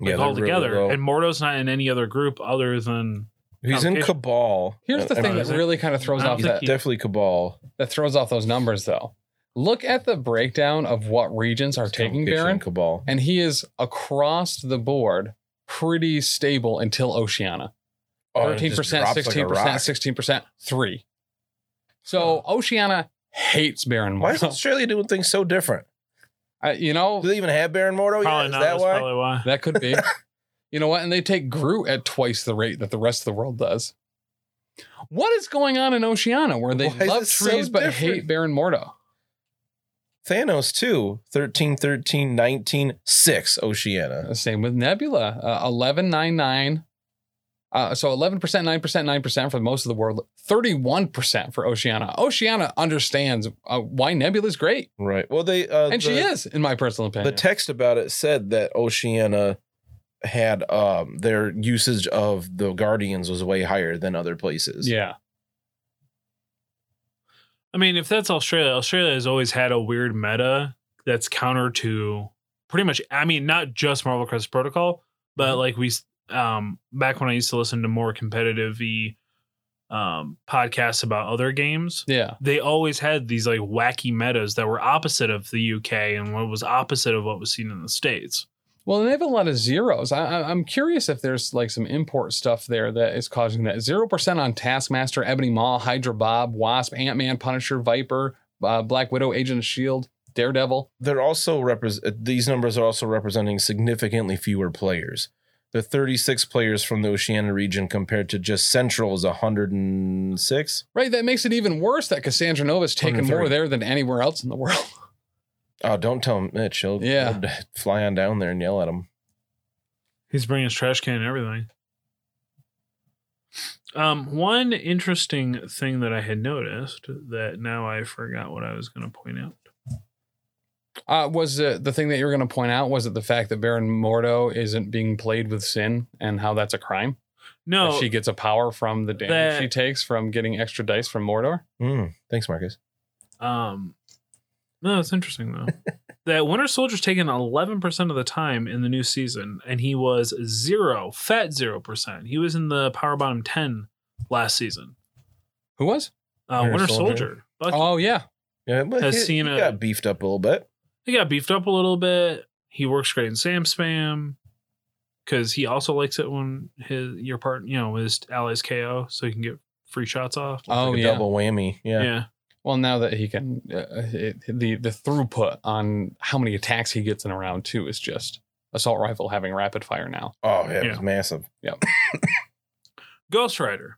Speaker 3: like
Speaker 4: they're
Speaker 3: all together.
Speaker 4: low.
Speaker 3: and Mordo's not in any other group other than
Speaker 4: he's in
Speaker 3: Convocation.
Speaker 4: Cabal.
Speaker 2: Here's the
Speaker 4: And-
Speaker 2: thing
Speaker 4: and-
Speaker 2: that really kind of throws
Speaker 3: I don't
Speaker 2: off
Speaker 4: he's
Speaker 3: think
Speaker 2: that,
Speaker 3: he-
Speaker 4: definitely Cabal.
Speaker 2: that throws off those numbers though. Look at the breakdown of what regions are taking
Speaker 4: Convocation
Speaker 2: Baron,
Speaker 4: Cabal.
Speaker 2: and he is across the board pretty stable until Oceana.
Speaker 4: Oh, and it
Speaker 2: Thirteen
Speaker 4: just
Speaker 2: percent,
Speaker 4: drops like a
Speaker 2: sixteen
Speaker 4: rock.
Speaker 2: percent, sixteen percent, three. So Oceana hates Baron
Speaker 4: Why is
Speaker 2: Mordo.
Speaker 4: Australia doing things so different?
Speaker 2: I- you know,
Speaker 4: Do they even have Baron Mordo? Oh, Yeah,
Speaker 3: probably
Speaker 4: is
Speaker 3: not.
Speaker 4: that
Speaker 3: that's
Speaker 4: why?
Speaker 3: probably why.
Speaker 2: That could be. you know what? And they take Groot at twice the rate that the rest of the world does. What is going on in Oceania where they
Speaker 4: Why is
Speaker 2: love
Speaker 4: it so
Speaker 2: trees but hate
Speaker 4: different?
Speaker 2: Baron Mordo?
Speaker 4: Thanos too. 13, 13, 19, 6 Oceania.
Speaker 2: Uh, Same with Nebula. Uh, 11, 9, 9. Uh, so 11%, 9%, 9% for most of the world, 31% for Oceania. Oceania understands uh, why Nebula's great.
Speaker 4: Right. Well, they uh,
Speaker 2: And she is, in my personal
Speaker 4: The
Speaker 2: opinion.
Speaker 4: text about it said that Oceania had um their usage of the Guardians was way higher than other places.
Speaker 2: yeah.
Speaker 3: I mean, if that's Australia, Australia has always had a weird meta that's counter to pretty much. I mean, not just Marvel Crisis Protocol, but like we s- um back when I used to listen to more competitive um podcasts about other games.
Speaker 2: Yeah.
Speaker 3: They always had these like wacky metas that were opposite of the UK and what was opposite of what was seen in the states.
Speaker 2: Well, and they have a lot of zeros. I, I, I'm curious if there's like some import stuff there that is causing that. Zero percent on Taskmaster, Ebony Maw, Hydra Bob, Wasp, Ant Man, Punisher, Viper, uh, Black Widow, Agent of Shield, Daredevil.
Speaker 4: They're also represent these numbers are also representing significantly fewer players. They're 36 players from the Oceania region compared to just Central is 106.
Speaker 2: Right, that makes it even worse that Cassandra Nova's taken more
Speaker 4: 130.
Speaker 2: there than anywhere else in the world.
Speaker 4: Oh, don't tell him Mitch. He'll,
Speaker 2: Yeah.
Speaker 4: he'll fly on down there and yell at him.
Speaker 3: He's bringing his trash can and everything. Um, one interesting thing that I had noticed that now I forgot what I was going to point out.
Speaker 2: Uh, was the, the thing that you were going to point out was it the fact that Baron Mordo isn't being played with sin and how that's a crime? That
Speaker 3: No,
Speaker 2: she gets a power from the damage
Speaker 3: That-
Speaker 2: she takes from getting extra dice from Mordor.
Speaker 4: Mm, thanks, Marcus.
Speaker 3: um, no, it's interesting though. that Winter Soldier's taken eleven percent of the time in the new season, and he was zero, fat zero percent. He was in the power bottom ten last season.
Speaker 2: Who was?
Speaker 3: Uh,
Speaker 4: Winter
Speaker 3: Winter
Speaker 4: Soldier.
Speaker 3: Soldier, Bucky.
Speaker 2: Oh yeah,
Speaker 4: Yeah, but
Speaker 3: Has
Speaker 4: he,
Speaker 3: seen
Speaker 4: he
Speaker 3: a-
Speaker 4: got beefed up a little bit.
Speaker 3: he got beefed up a little bit. He works great in Sam Spam because he also likes it when his your part, you know, his allies KO, so he can get free shots off.
Speaker 2: oh
Speaker 4: Like a
Speaker 2: yeah.
Speaker 4: double whammy. Yeah.
Speaker 3: Yeah.
Speaker 2: Well, now that he can, uh, it, the the throughput on how many attacks he gets in a round two is just assault rifle having rapid fire now.
Speaker 4: Oh yeah, it
Speaker 3: Yeah.
Speaker 4: was massive.
Speaker 3: Ghost Rider.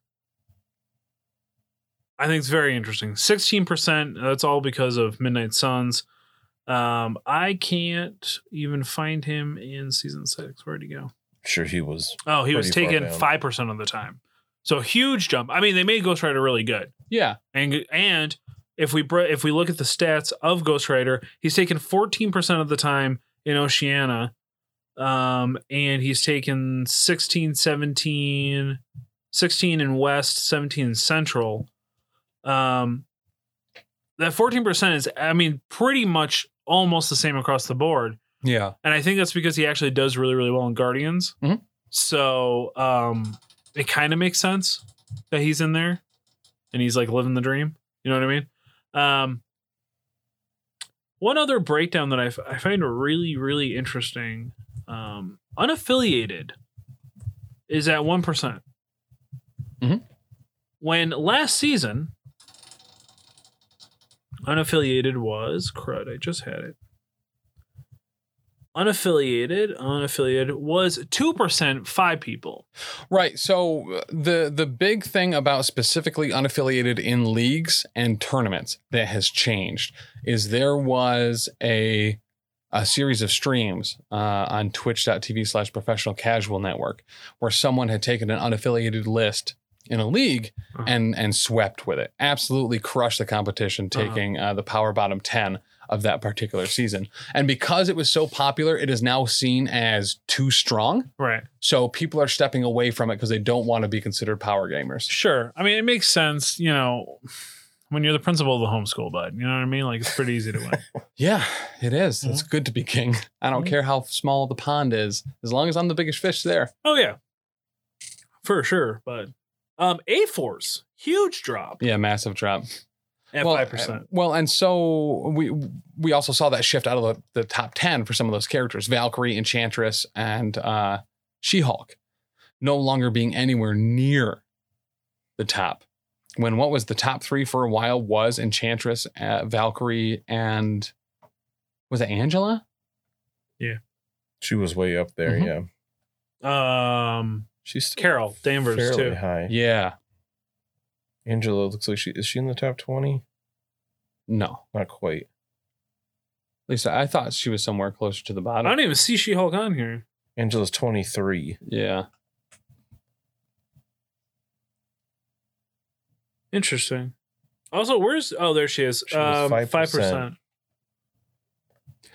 Speaker 3: I think it's very interesting. Sixteen percent. That's all because of Midnight Suns. Um, I can't even find him in season six. Where'd he go?
Speaker 4: Sure, he was.
Speaker 3: Oh, he was
Speaker 4: Pretty far
Speaker 3: taken
Speaker 4: down.
Speaker 3: five percent of the time. So huge jump. I mean, they made Ghost Rider really good.
Speaker 2: Yeah,
Speaker 3: And and if we br- if we look at the stats of Ghost Rider, he's taken 14% of the time in Oceana. Um and he's taken 16 17 16 in West, 17 in Central. Um that 14% is I mean pretty much almost the same across the board.
Speaker 2: yeah.
Speaker 3: And I think that's because he actually does really, really well in Guardians.
Speaker 2: Mhm.
Speaker 3: So um, it kind of makes sense that he's in there and he's like living the dream. You know what I mean? Um, one other breakdown that I, f- I find really, really interesting um, unaffiliated is at 1%.
Speaker 2: Mhm.
Speaker 3: When last season, unaffiliated was crud. I just had it unaffiliated unaffiliated was 2% five people
Speaker 2: Right. So uh, the the big thing about specifically unaffiliated in leagues and tournaments that has changed is there was a a series of streams uh, on twitch.tv slash professional casual network where someone had taken an unaffiliated list in a league
Speaker 3: Uh-huh.
Speaker 2: and and swept with it absolutely crushed the competition
Speaker 3: Uh-huh.
Speaker 2: taking uh, the power bottom 10 of that particular season and because it was so popular it is now seen as too strong
Speaker 3: right
Speaker 2: so people are stepping away from it because they don't want to be considered power gamers.
Speaker 3: sure i mean it makes sense you know when you're the principal of the homeschool bud you know what i mean like it's pretty easy to win
Speaker 2: Yeah, it is. It's good to be king. I don't
Speaker 3: Mhm.
Speaker 2: care how small the pond is, as long as I'm the biggest fish there.
Speaker 3: oh yeah for sure but um a force huge drop
Speaker 2: Yeah, massive drop.
Speaker 3: at
Speaker 2: well,
Speaker 3: 5%
Speaker 2: uh, Well, and so we we also saw that shift out of the, the top ten for some of those characters: Valkyrie, Enchantress, and uh, She-Hulk, no longer being anywhere near the top. When what was the top three for a while was Enchantress, uh, Valkyrie, and was it Angela?
Speaker 4: She was way up there.
Speaker 3: Mm-hmm.
Speaker 2: Mhm.
Speaker 4: Yeah,
Speaker 3: um
Speaker 4: she's still
Speaker 3: carol danvers
Speaker 4: fairly
Speaker 3: too
Speaker 4: high.
Speaker 2: Yeah.
Speaker 4: Angela looks like she is she in the top twenty?
Speaker 2: No. At
Speaker 4: Not quite.
Speaker 2: least I thought she was somewhere closer to the
Speaker 3: i
Speaker 2: bottom.
Speaker 3: don't even see she-hulk on here
Speaker 4: Angela's twenty three.
Speaker 2: yeah.
Speaker 3: interesting also where's oh there she is
Speaker 4: She was
Speaker 3: um 5%.
Speaker 4: 5%.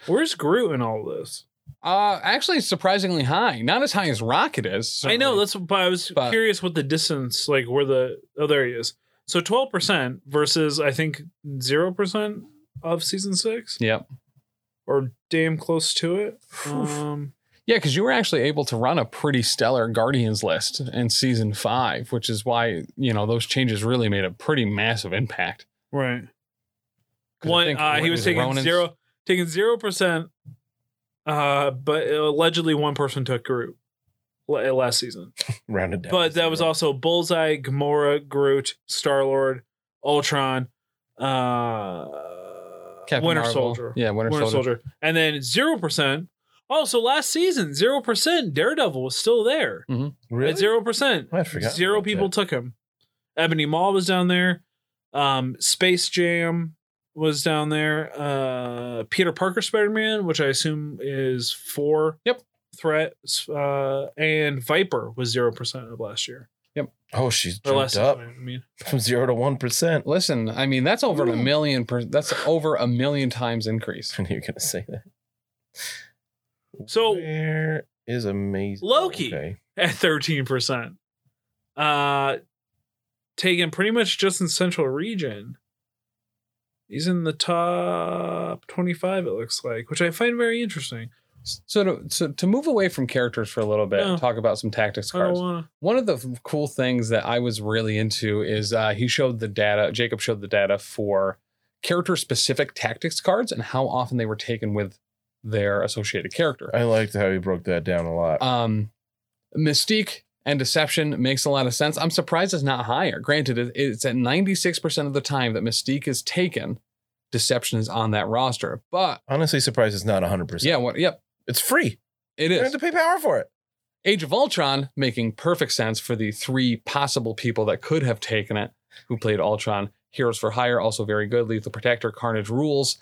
Speaker 3: where's groot in all this
Speaker 2: Uh actually surprisingly high. Not as high as Rocket is.
Speaker 3: I know
Speaker 2: certainly.
Speaker 3: that's but I was
Speaker 2: But-
Speaker 3: curious what the distance like where the oh there he is. So twelve percent versus I think zero percent of season six
Speaker 2: Yep.
Speaker 3: or damn close to it. Um
Speaker 2: Yeah, because you were actually able to run a pretty stellar Guardians list in season five, which is why, you know, those changes really made a pretty massive impact.
Speaker 3: right.
Speaker 2: 'Cause I
Speaker 3: One
Speaker 2: think
Speaker 3: uh,
Speaker 2: what
Speaker 3: he was taking
Speaker 2: Ronan's-
Speaker 3: zero taking zero percent uh but allegedly one person took Groot la- uh, last season.
Speaker 4: Rounded down.
Speaker 3: But that was also Bullseye, Gamora, Groot, Star Lord, Ultron, uh
Speaker 2: Captain
Speaker 3: Winter
Speaker 2: Marvel.
Speaker 3: Soldier.
Speaker 2: Yeah, Winter,
Speaker 3: Winter
Speaker 2: Soldier.
Speaker 3: Soldier. And then 0%. Oh, so last season, 0% Daredevil was still there.
Speaker 4: really?
Speaker 3: At 0%.
Speaker 4: I forgot.
Speaker 3: Zero
Speaker 4: about that.
Speaker 3: people took him. Ebony Maw was down there. Um, Space Jam was down there. Uh, Peter Parker Spider Man, which I assume is four
Speaker 2: Yep.
Speaker 3: threats. Uh, and Viper was 0% of last year.
Speaker 4: Oh, she's
Speaker 3: Or
Speaker 4: jumped
Speaker 3: less.
Speaker 4: up
Speaker 3: I mean,
Speaker 4: from zero to one percent.
Speaker 2: Listen, I mean that's over a million. Per- that's over a million times increase.
Speaker 4: You're gonna say that.
Speaker 3: So-
Speaker 4: where is amazing
Speaker 3: Loki.
Speaker 4: Okay.
Speaker 3: at thirteen percent. Uh, taken pretty much just in Central Region. He's in the top twenty-five. It looks like, which I find very interesting.
Speaker 2: So to, so to move away from characters for a little bit,
Speaker 3: Yeah.
Speaker 2: and talk about some tactics
Speaker 3: I don't
Speaker 2: cards.
Speaker 3: want
Speaker 2: One of the f- cool things that I was really into is uh, he showed the data, Jacob showed the data for character specific tactics cards and how often they were taken with their associated character.
Speaker 4: I liked how he broke that down a
Speaker 3: Uh,
Speaker 4: lot.
Speaker 2: Um, Mystique and Deception makes a lot of sense. I'm surprised it's not higher. Granted, it- it's at 96% of the time that Mystique is taken, Deception is on that roster. But
Speaker 4: Honestly, surprised it's not hundred percent.
Speaker 2: yeah, what? Yep,
Speaker 4: it's free.
Speaker 2: it
Speaker 4: You
Speaker 2: is.
Speaker 4: don't have to pay power for it.
Speaker 2: Age of Ultron making perfect sense for the three possible people that could have taken it who played Ultron. Heroes for Hire, also very good. Lethal Protector, Carnage Rules.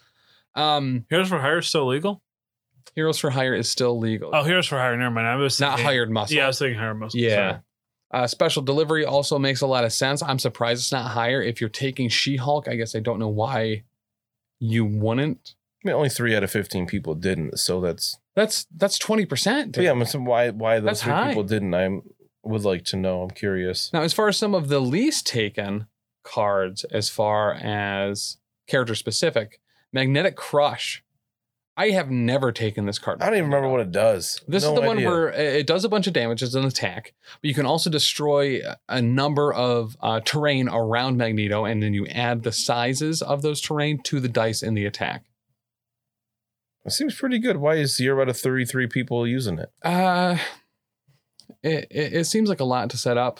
Speaker 2: Um,
Speaker 3: Heroes for Hire is still legal.
Speaker 2: Heroes for Hire is still legal.
Speaker 3: Oh, Heroes for Hire. Never mind. I was
Speaker 2: Not
Speaker 3: thinking-
Speaker 2: hired muscle.
Speaker 3: Yeah, I was thinking Hire Muscle.
Speaker 2: Yeah.
Speaker 3: sorry.
Speaker 2: Uh, special delivery also makes a lot of sense. I'm surprised it's not higher. If you're taking She Hulk, I guess I don't know why you wouldn't.
Speaker 4: I mean, only three out of fifteen people didn't. So that's
Speaker 2: That's that's twenty percent.
Speaker 4: but yeah. I'm so why why those
Speaker 2: That's
Speaker 4: three
Speaker 2: high.
Speaker 4: people didn't? I would like to know. I'm curious.
Speaker 2: Now, as far as some of the least taken cards, as far as character specific, Magnetic Crush. I have never taken this card.
Speaker 4: I don't even remember what it does.
Speaker 2: This
Speaker 4: No
Speaker 2: is the
Speaker 4: idea.
Speaker 2: one where it it does a bunch of damage as an attack, but you can also destroy a number of uh, terrain around Magneto, and then you add the sizes of those terrain to the dice in the attack.
Speaker 4: it seems pretty good. Why is zero out of thirty-three people using it?
Speaker 2: Uh, it, it, it seems like a lot to set up,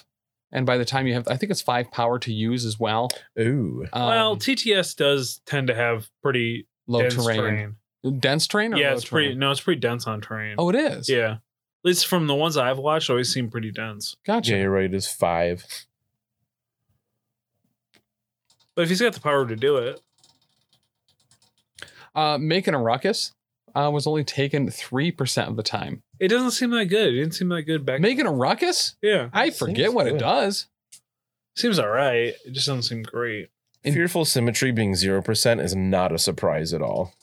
Speaker 2: and by the time you have, I think it's five power to use as well.
Speaker 4: Ooh,
Speaker 2: Um,
Speaker 3: well, TTS does tend to have pretty
Speaker 2: low
Speaker 3: dense
Speaker 2: terrain.
Speaker 3: terrain.
Speaker 2: dense terrain. Or
Speaker 3: Yeah,
Speaker 2: low
Speaker 3: it's pretty.
Speaker 2: terrain?
Speaker 3: No, it's pretty dense on terrain.
Speaker 2: Oh, it is.
Speaker 3: yeah. At least from the ones I've watched, always seem pretty dense.
Speaker 2: gotcha.
Speaker 4: yeah, you're right. It is five.
Speaker 3: But if he's got the power to do it,
Speaker 2: Uh, making a ruckus uh, was only taken three percent of the time.
Speaker 3: it doesn't seem that good. It didn't seem that good back.
Speaker 2: Making a ruckus.
Speaker 3: yeah,
Speaker 2: I
Speaker 4: Seems
Speaker 2: forget what it
Speaker 4: good.
Speaker 2: does.
Speaker 3: seems all right. It just doesn't seem great.
Speaker 2: In-
Speaker 4: Fearful symmetry being zero percent is not a surprise at all.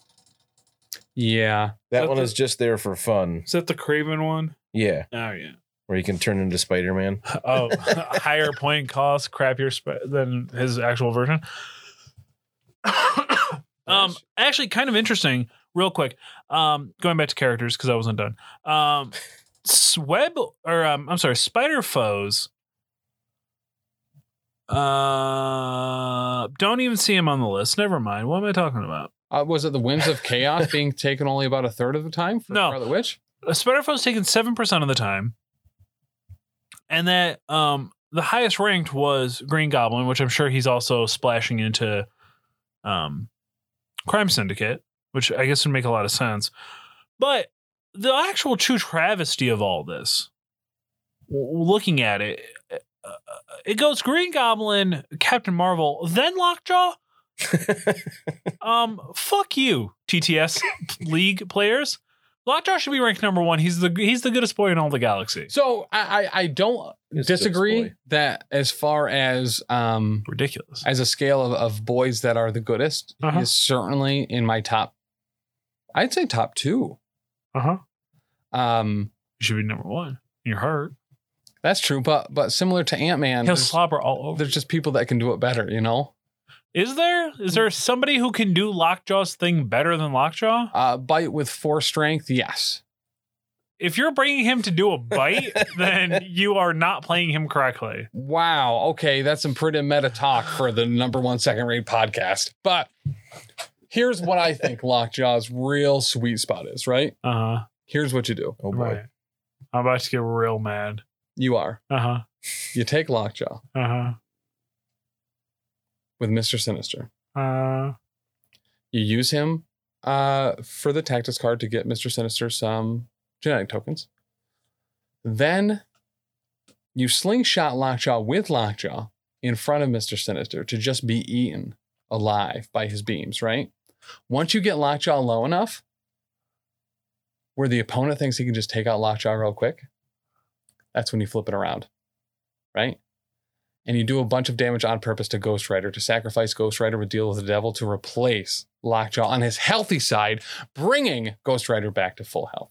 Speaker 2: Yeah.
Speaker 4: That
Speaker 3: That's
Speaker 4: one
Speaker 3: a-
Speaker 4: is just there for fun.
Speaker 3: Is that the Craven one?
Speaker 4: Yeah,
Speaker 3: Oh yeah.
Speaker 4: where you can turn into Spider Man.
Speaker 3: Oh, higher point cost, crappier sp- than his actual version. um, actually, kind of interesting. Real quick, um, going back to characters because I wasn't done. Um, s- web or um, I'm sorry, spider foes. Uh, don't even see him on the list. Never mind. What am I talking about?
Speaker 2: Uh, was it the Winds of Chaos being taken only about a third of the time for
Speaker 3: No.
Speaker 2: Scarlet Witch?
Speaker 3: a Uh, spider foe's taken seven percent of the time, and that um the highest ranked was Green Goblin, which I'm sure he's also splashing into, um, Crime Syndicate, which I guess would make a lot of sense. But the actual true travesty of all this, w- looking at it, uh, it goes Green Goblin, Captain Marvel, then Lockjaw. Um, fuck you, TTS League players. Lockjaw should be ranked number one. He's the he's the goodest boy in all the galaxy.
Speaker 2: So I, I, I don't
Speaker 4: It's just
Speaker 2: disagree
Speaker 4: boy.
Speaker 2: that as far as um
Speaker 3: Ridiculous.
Speaker 2: as a scale of, of boys that are the goodest,
Speaker 3: Uh-huh.
Speaker 2: he is certainly in my top. I'd say top two.
Speaker 3: Uh huh.
Speaker 2: Um,
Speaker 3: You should be number one in your heart.
Speaker 2: that's true, but but similar to Ant Man,
Speaker 3: He'll
Speaker 2: there's,
Speaker 3: slobber all over.
Speaker 2: Oh, there's just people that can do it better, you know.
Speaker 3: Is there is there somebody who can do Lockjaw's thing better than Lockjaw?
Speaker 2: Uh, bite with four strength, yes.
Speaker 3: If you're bringing him to do a bite, then you are not playing him correctly.
Speaker 2: Wow, okay, that's some pretty meta talk for the number one second rate podcast. But here's what I think Lockjaw's real sweet spot is, right?
Speaker 3: Uh huh.
Speaker 2: Here's what you do.
Speaker 4: Oh boy.
Speaker 3: Right. I'm about to get real mad.
Speaker 2: You are.
Speaker 3: Uh huh.
Speaker 2: You take Lockjaw
Speaker 3: Uh
Speaker 2: with Mr. Sinister.
Speaker 3: huh. Uh.
Speaker 2: You use him uh, for the tactics card to get Mr. Sinister some genetic tokens. Then you slingshot Lockjaw with Lockjaw in front of Mr. Sinister to just be eaten alive by his beams, right? Once you get Lockjaw low enough, where the opponent thinks he can just take out Lockjaw real quick, that's when you flip it around. right? And you do a bunch of damage on purpose to Ghost Rider. To sacrifice Ghost Rider would deal with the devil to replace Lockjaw on his healthy side, bringing Ghost Rider back to full health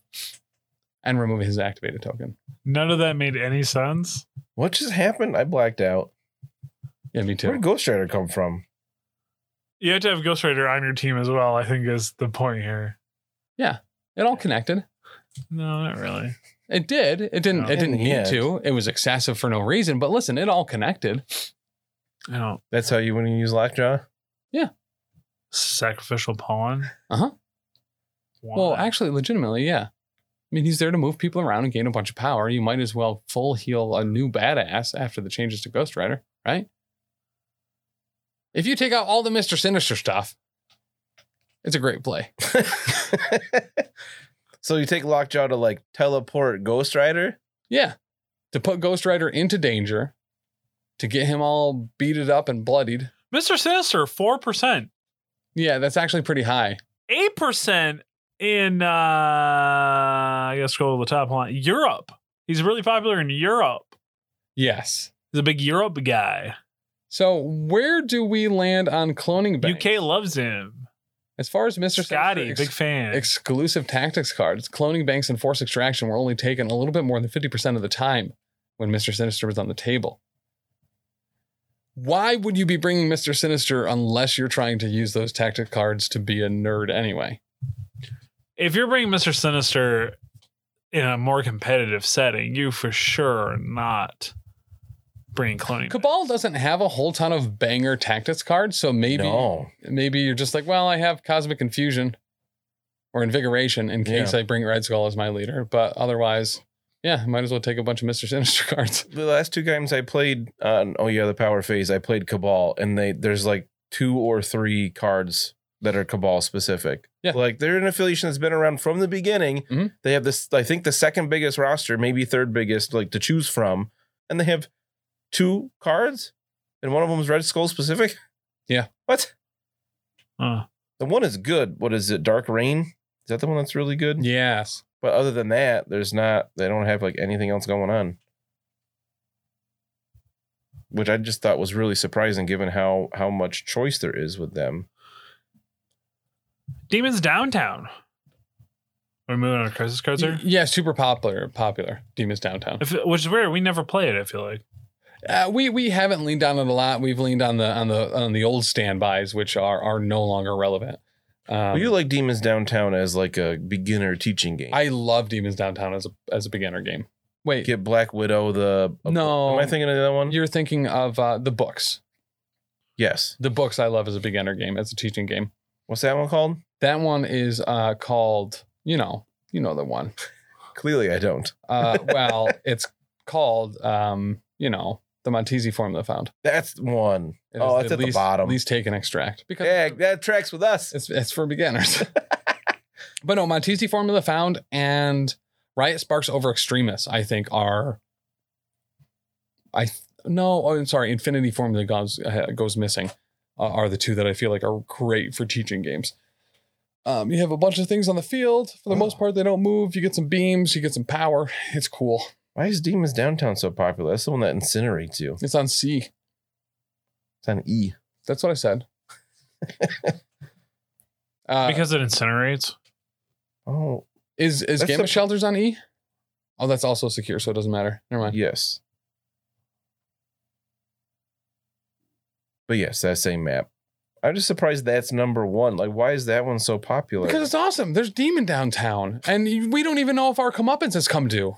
Speaker 2: and removing his activated token.
Speaker 3: None of that made any sense.
Speaker 4: What just happened? I blacked out.
Speaker 2: Yeah, me
Speaker 4: Where
Speaker 2: too.
Speaker 4: did Ghost Rider come from?
Speaker 3: You have to have Ghost Rider on your team as well, I think is the point here.
Speaker 2: It all connected.
Speaker 3: No, not really.
Speaker 2: It did. It didn't.
Speaker 3: No.
Speaker 2: It didn't
Speaker 4: Didn't
Speaker 2: need
Speaker 4: yet.
Speaker 2: to. It was excessive for no reason. But listen, it all connected.
Speaker 3: I don't.
Speaker 4: That's how you when you use Lockjaw.
Speaker 3: Sacrificial pawn.
Speaker 2: Uh-huh.
Speaker 3: Why?
Speaker 2: Well, actually, legitimately, yeah. I mean, he's there to move people around and gain a bunch of power. You might as well full heal a new badass after the changes to Ghost Rider, right? If you take out all the Mister Sinister stuff, it's a great play.
Speaker 4: so you take Lockjaw to like teleport Ghost Rider.
Speaker 2: Yeah, to put Ghost Rider into danger, to get him all beated up and bloodied.
Speaker 3: Mr. Sinister, 4%.
Speaker 2: Yeah, that's actually pretty high.
Speaker 3: 8% in, uh, I gotta scroll to the top line. Europe. He's really popular in Europe.
Speaker 2: Yes.
Speaker 3: He's a big Europe guy.
Speaker 2: So where do we land on cloning banks?
Speaker 3: UK loves him.
Speaker 2: As far as Mr.
Speaker 3: Scotty,
Speaker 2: Sinister ex-
Speaker 3: big fan.
Speaker 2: exclusive tactics cards, cloning banks and force extraction were only taken a little bit more than 50% of the time when Mr. Sinister was on the table. Why would you be bringing Mr. Sinister unless you're trying to use those tactic cards to be a nerd anyway?
Speaker 3: if you're bringing Mr. Sinister in a more competitive setting, you for sure are not bringing cloning. back.
Speaker 2: Cabal doesn't have a whole ton of banger tactics cards, so maybe
Speaker 4: No.
Speaker 2: maybe you're just like, well, I have Cosmic Infusion or Invigoration in case I bring Red Skull as my leader, but otherwise, yeah, might as well take a bunch of Mister Sinister cards.
Speaker 4: The last two games I played on oh yeah the power phase I played Cabal and they there's like two or three cards that are Cabal specific.
Speaker 2: Yeah.
Speaker 4: Like they're an affiliation that's been around from the beginning.
Speaker 2: Mhm.
Speaker 4: They have this I think the second biggest roster, maybe third biggest like to choose from, and they have two cards and one of them is Red Skull specific.
Speaker 2: Yeah.
Speaker 4: What?
Speaker 3: Uh,
Speaker 4: The one is good. What is it? Dark Rain? Is that the one that's really good?
Speaker 2: Yes.
Speaker 4: But other than that, there's not they don't have like anything else going on. Which I just thought was really surprising given how how much choice there is with them.
Speaker 3: Demons Downtown. We're moving on to crisis cards here,
Speaker 2: Yeah, super popular popular Demons Downtown.
Speaker 3: if, which is weird. We never play it. I feel like
Speaker 2: Uh, we we haven't leaned on it a lot. We've leaned on the on the on the old standbys which are are no longer relevant. Um,
Speaker 4: Well, you like Demons Downtown as like a beginner teaching game.
Speaker 2: I love Demons Downtown as a as a beginner game. Wait,
Speaker 4: get Black Widow the uh,
Speaker 2: No.
Speaker 4: Am I thinking of that one?
Speaker 2: you're thinking of uh, the books.
Speaker 4: yes.
Speaker 2: The books I love as a beginner game, as a teaching game.
Speaker 4: What's that one called?
Speaker 2: That one is uh, called, you know, you know the one.
Speaker 4: Clearly I don't.
Speaker 2: Uh, well, it's called, um, you know, the Montesi formula found.
Speaker 4: That's the one.
Speaker 2: It
Speaker 4: oh,
Speaker 2: is
Speaker 4: it's at
Speaker 2: least,
Speaker 4: the bottom.
Speaker 2: Least take and extract because
Speaker 4: yeah, that tracks with us.
Speaker 2: it's it's for beginners. but no, Montesi formula found and Riot Sparks over Extremis, I think, are. I th- no, oh, I'm sorry. Infinity formula goes uh, goes missing. Uh, are the two that I feel like are great for teaching games. Um, you have a bunch of things on the field. For the most part, they don't move. You get some beams. You get some power. It's cool.
Speaker 4: Why is Demons Downtown so popular? That's the one that incinerates you.
Speaker 2: It's on C.
Speaker 4: It's on E.
Speaker 2: That's what I said. uh,
Speaker 3: because it incinerates.
Speaker 4: Oh,
Speaker 2: Is is
Speaker 4: That's
Speaker 2: Game
Speaker 4: the-
Speaker 2: of Shelters on E? Oh, that's also secure, so it doesn't matter. Never mind.
Speaker 4: Yes. But yes, that same map. I'm just surprised that's number one. Like, why is that one so popular?
Speaker 2: Because it's awesome. There's demon downtown, and you- we don't even know if our comeuppance has come due.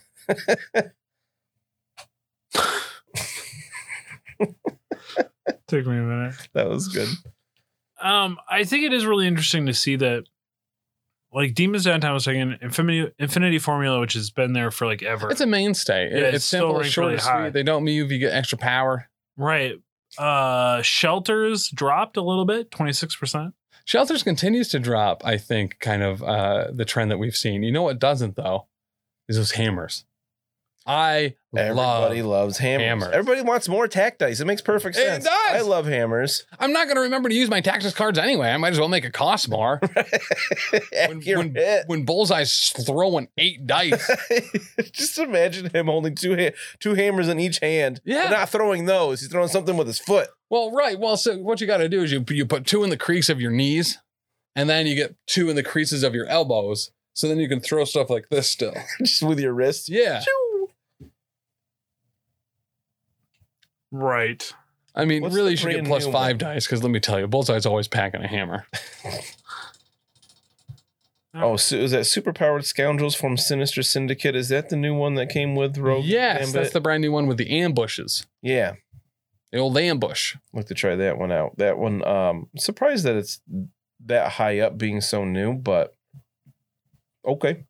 Speaker 3: Take me a minute.
Speaker 4: that was good.
Speaker 3: Um, I think it is really interesting to see that, like Demons Downtown was taking Infinity Infinity Formula, which has been there for like ever.
Speaker 2: It's a mainstay. It-
Speaker 3: Yeah,
Speaker 2: it's,
Speaker 3: it's still
Speaker 2: simple,
Speaker 3: ranked
Speaker 2: short,
Speaker 3: really
Speaker 2: and
Speaker 3: high.
Speaker 2: sweet. They don't move. You get extra power.
Speaker 3: right. Uh, shelters dropped a little bit, twenty six percent.
Speaker 2: Shelters continues to drop. I think kind of uh, the trend that we've seen. You know what doesn't though, is those hammers. I
Speaker 4: Everybody
Speaker 2: love.
Speaker 4: loves hammers.
Speaker 2: hammers.
Speaker 4: Everybody wants more tack dice. It makes perfect
Speaker 2: It
Speaker 4: sense.
Speaker 2: does.
Speaker 4: I love hammers.
Speaker 2: I'm not going to remember to use my taxes cards anyway. I might as well make it cost more. When, when,
Speaker 4: Accurate.
Speaker 2: when Bullseye's throwing eight dice,
Speaker 4: Just imagine him holding two ha- two hammers in each hand. but
Speaker 2: Yeah.
Speaker 4: not throwing those. He's throwing something with his foot.
Speaker 2: Well, right. Well, so what you got to do is you you put two in the crease of your knees, and then you get two in the creases of your elbows. So then you can throw stuff like this still.
Speaker 4: Just with your wrist.
Speaker 2: Yeah.
Speaker 4: Choo.
Speaker 3: Right.
Speaker 2: I mean,
Speaker 4: What's
Speaker 2: really,
Speaker 4: the
Speaker 2: you should get
Speaker 4: brand
Speaker 2: plus
Speaker 4: new
Speaker 2: five
Speaker 4: one?
Speaker 2: dice because let me tell you, Bullseye's always packing a hammer.
Speaker 4: Oh, so is that superpowered scoundrels from Sinister Syndicate? Is that the new one that came with Rogue?
Speaker 2: yes, that's
Speaker 4: Gambit?
Speaker 2: the brand new one with the ambushes,
Speaker 4: yeah.
Speaker 2: the old ambush.
Speaker 4: I'd Like to try that one out. That one. Um, surprised that it's that high up, being so new, but okay.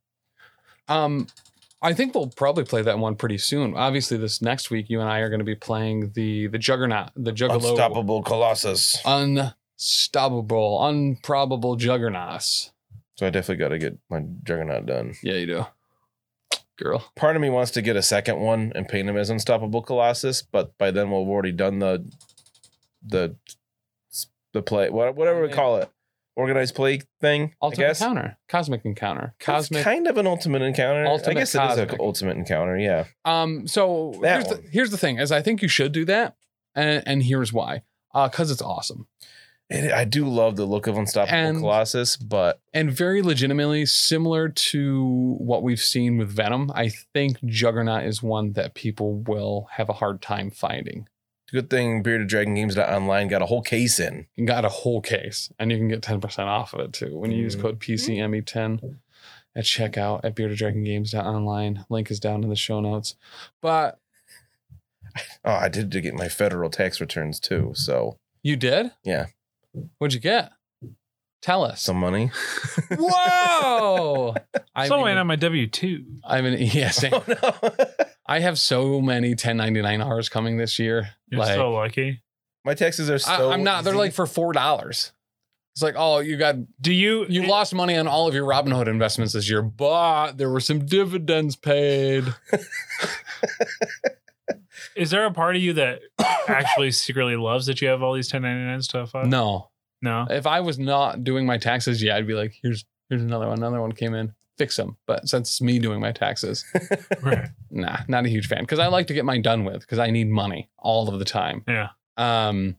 Speaker 2: Um, I think we'll probably play that one pretty soon. Obviously, this next week, you and I are going to be playing the the Juggernaut, the Juggalo,
Speaker 4: Unstoppable Colossus.
Speaker 2: unstoppable, improbable Juggernauts.
Speaker 4: So I definitely got to get my Juggernaut done.
Speaker 2: Yeah, you do, girl.
Speaker 4: Part of me wants to get a second one and paint him as Unstoppable Colossus, but by then we'll have already done the the the play, wha- whatever we call it, organized play thing. I
Speaker 2: Ultimate
Speaker 4: guess
Speaker 2: encounter, cosmic encounter,
Speaker 4: That's
Speaker 2: cosmic.
Speaker 4: kind of an ultimate encounter. I
Speaker 2: Ultimate
Speaker 4: guess it is
Speaker 2: cosmic.
Speaker 4: an ultimate encounter. Yeah,
Speaker 2: um, so
Speaker 4: That
Speaker 2: here's the,
Speaker 4: one.
Speaker 2: here's the thing: is I think you should do that, and, and here's why: because it's awesome
Speaker 4: And I do love the look of Unstoppable
Speaker 2: And-
Speaker 4: Colossus, but
Speaker 2: and very legitimately similar to what we've seen with Venom. I think Juggernaut is one that people will have a hard time finding.
Speaker 4: good thing Bearded Dragon Games online got a whole case in.
Speaker 2: You got a whole case, and you can get ten percent off of it too when you use code PCME10 E at checkout at beardeddragongames.online. Link is down in the show notes, but.
Speaker 4: Oh, I did get my federal tax returns too, so
Speaker 2: You did?
Speaker 4: Yeah.
Speaker 2: What'd you get? Tell us.
Speaker 4: some money.
Speaker 2: Whoa! I
Speaker 3: so I
Speaker 2: mean,
Speaker 3: went on my W two.
Speaker 2: I'm an yes.
Speaker 4: Oh no.
Speaker 2: I have so many 1099 hours coming this year.
Speaker 3: You're
Speaker 2: like
Speaker 3: so lucky.
Speaker 4: My taxes are so.
Speaker 2: I, am not. They're
Speaker 4: easy.
Speaker 2: like for four dollars. It's like, oh, you got
Speaker 3: Do you?
Speaker 2: you lost money on all of your Robinhood investments this year, but there were some dividends paid.
Speaker 3: Is there a part of you that actually secretly loves that you have all these 1099s to F5?
Speaker 2: No,
Speaker 3: No.
Speaker 2: if I was not doing my taxes, yeah, I'd be like, here's here's another one. Another one came in, fix them. But since it's me doing my taxes,
Speaker 3: Right.
Speaker 2: nah, not a huge fan because I like to get mine done with because I need money all of the time.
Speaker 3: Yeah.
Speaker 2: Um,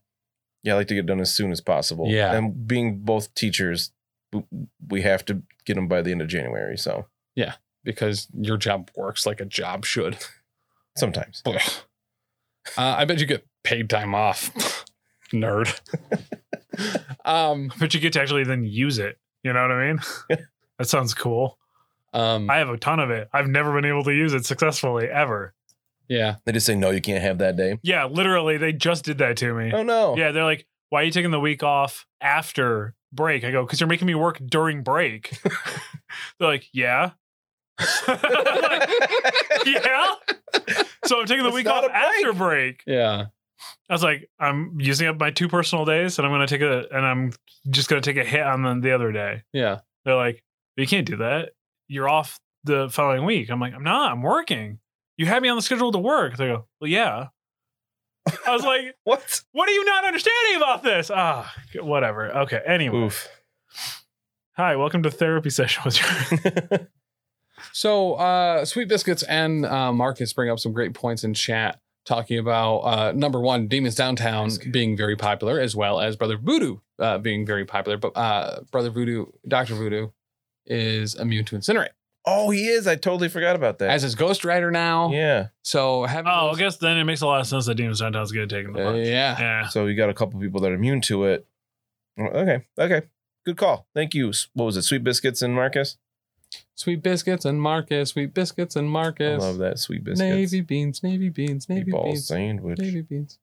Speaker 4: Yeah, I like to get done as soon as possible.
Speaker 2: Yeah.
Speaker 4: And being both teachers, w- we have to get them by the end of January. So
Speaker 2: because your job works like a job should.
Speaker 4: sometimes.
Speaker 2: Ugh. Uh, I bet you get paid time off, nerd. um,
Speaker 3: But you get to actually then use it. You know what I mean? that sounds cool.
Speaker 2: um,
Speaker 3: I have a ton of it. I've never been able to use it successfully ever.
Speaker 2: yeah,
Speaker 4: They just say, no, you can't have that day.
Speaker 3: Yeah, literally, they just did that to me.
Speaker 4: Oh, no.
Speaker 3: Yeah, they're like, why are you taking the week off after break? I go, because you're making me work during break. they're like, yeah. yeah. So I'm taking the
Speaker 4: It's
Speaker 3: week
Speaker 4: not
Speaker 3: off
Speaker 4: a break.
Speaker 3: after break.
Speaker 2: yeah.
Speaker 3: I was like, I'm using up my two personal days and I'm going to take a, and I'm just going to take a hit on the, the other day.
Speaker 2: Yeah.
Speaker 3: They're like, you can't do that. You're off the following week. I'm like, I'm not, I'm working. You had me on the schedule to work. They go, well, yeah. I was like,
Speaker 4: What?
Speaker 3: what are you not understanding about this? Ah, whatever. Okay. Anyway,
Speaker 4: Oof.
Speaker 3: hi, welcome to therapy session with your.
Speaker 2: So, uh, Sweet Biscuits and uh, Marcus bring up some great points in chat, talking about uh, number one, Demons Downtown
Speaker 4: Biscuit.
Speaker 2: being very popular, as well as Brother Voodoo uh, being very popular. But uh, Brother Voodoo, Doctor Voodoo, is immune to incinerate,
Speaker 4: oh, he is. I totally forgot about that.
Speaker 2: as is Ghost Rider now.
Speaker 4: yeah.
Speaker 2: So having
Speaker 3: oh, I
Speaker 2: those-
Speaker 3: guess then it makes a lot of sense that Demon Downtown's going to take him to
Speaker 2: Uh,
Speaker 3: lunch.
Speaker 2: yeah.
Speaker 3: Yeah.
Speaker 4: So you got a couple people that are immune to it. Okay. Okay. Good call. Thank you. S- What was it? Sweet Biscuits and Marcus?
Speaker 2: Sweet biscuits and Marcus, sweet biscuits and Marcus.
Speaker 4: I love that. Sweet Biscuits.
Speaker 2: Navy beans, navy beans, navy
Speaker 4: Meatball
Speaker 2: beans,
Speaker 4: sandwich.
Speaker 2: navy beans.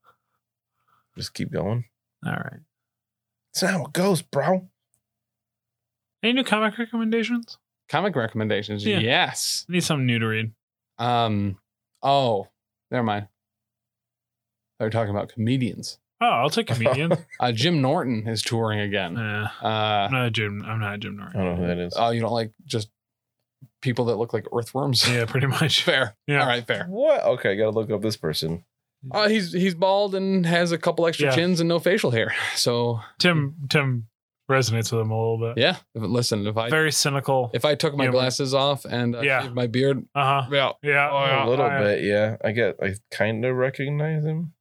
Speaker 4: Just keep going.
Speaker 3: All right.
Speaker 4: It's not how it goes, bro.
Speaker 3: Any new comic recommendations?
Speaker 2: Comic recommendations.
Speaker 3: Yeah.
Speaker 2: Yes.
Speaker 3: I need something new to read.
Speaker 2: Um. Oh, never mind. They're talking about comedians.
Speaker 3: Oh, I'll take comedian.
Speaker 2: Uh, Jim Norton is touring again.
Speaker 3: Nah,
Speaker 2: Uh,
Speaker 3: I'm not a Jim. I'm not a Jim
Speaker 4: I
Speaker 3: Norton.
Speaker 4: don't know who that is.
Speaker 2: oh, you don't like just people that look like earthworms.
Speaker 3: Yeah, pretty much.
Speaker 2: fair.
Speaker 3: Yeah.
Speaker 2: All right, fair.
Speaker 4: What? Okay, I gotta look up this person.
Speaker 2: Uh, he's he's bald and has a couple extra
Speaker 3: Yeah.
Speaker 2: chins and no facial hair. So
Speaker 3: Tim Tim resonates with him a little bit.
Speaker 2: yeah, if- listen, if I
Speaker 3: Very cynical.
Speaker 2: if I took my
Speaker 3: humor.
Speaker 2: glasses off and uh,
Speaker 3: Yeah.
Speaker 2: shaved my beard,
Speaker 3: Uh huh.
Speaker 2: yeah,
Speaker 3: Yeah.
Speaker 2: Oh, yeah.
Speaker 4: a little
Speaker 3: Oh, yeah.
Speaker 4: bit, yeah. I get. I kind of recognize him.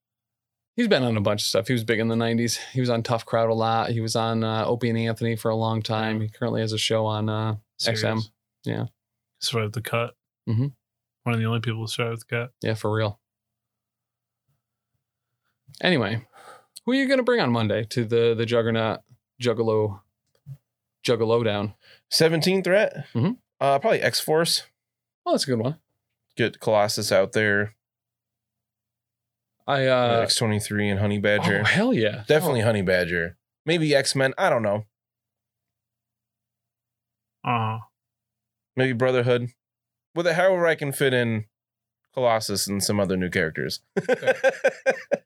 Speaker 2: he's been on a bunch of stuff. He was big in the '90s. He was on Tough Crowd a lot. He was on uh, Opie and Anthony for a long time. He currently has a show on. Uh,
Speaker 3: Serious.
Speaker 2: XM. Yeah.
Speaker 3: Survived the cut.
Speaker 2: Mhm.
Speaker 3: One of the only people who survived the cut.
Speaker 2: yeah, for real. Anyway, who are you gonna bring on Monday to the the Juggernaut Juggalo Juggalo down?
Speaker 4: Seventeen threat.
Speaker 2: Mhm.
Speaker 4: Uh, probably X Force.
Speaker 2: Oh, that's a good one.
Speaker 4: Get Colossus out there.
Speaker 2: I uh,
Speaker 4: X twenty three and Honey
Speaker 2: oh
Speaker 4: Badger.
Speaker 2: hell yeah,
Speaker 4: Definitely Honey Badger. Maybe X Men. I don't know.
Speaker 3: Uh huh.
Speaker 4: Maybe Brotherhood. With it, however, I can fit in Colossus and some other new characters.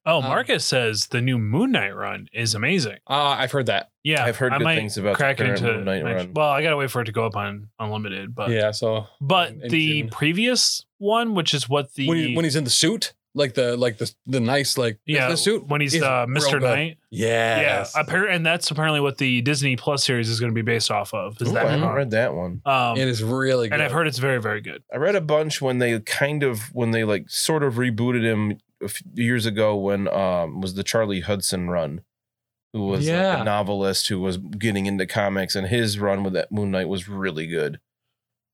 Speaker 3: Oh,
Speaker 2: Um,
Speaker 3: Marcus says the new Moon Knight run is amazing.
Speaker 2: Uh, I've heard that.
Speaker 3: Yeah,
Speaker 4: I've heard good things about the
Speaker 3: crack
Speaker 4: current
Speaker 3: into
Speaker 4: Moon Knight run.
Speaker 3: Well, I gotta wait for it to go up on Unlimited, but
Speaker 2: yeah, so
Speaker 3: but
Speaker 2: In- in
Speaker 3: the
Speaker 2: June.
Speaker 3: previous one, which is what the
Speaker 2: when, he, when he's in the suit, like the like the the nice like
Speaker 3: yeah
Speaker 2: business suit.
Speaker 3: when he's
Speaker 2: is
Speaker 3: uh,
Speaker 2: real
Speaker 3: Mr.
Speaker 2: good.
Speaker 3: Knight,
Speaker 2: Yes.
Speaker 3: yeah, appar- and that's apparently what the Disney Plus series is going to be based off of. Is
Speaker 4: Ooh,
Speaker 3: that
Speaker 4: I haven't
Speaker 3: run.
Speaker 4: read that one.
Speaker 3: Um,
Speaker 2: it is really good.
Speaker 3: and I've heard it's very very good.
Speaker 4: I read a bunch when they kind of when they like sort of rebooted him a few years ago when um was the Charlie Hudson run, who was like,
Speaker 2: Yeah.
Speaker 4: a novelist who was getting into comics, and his run with that Moon Knight was really good.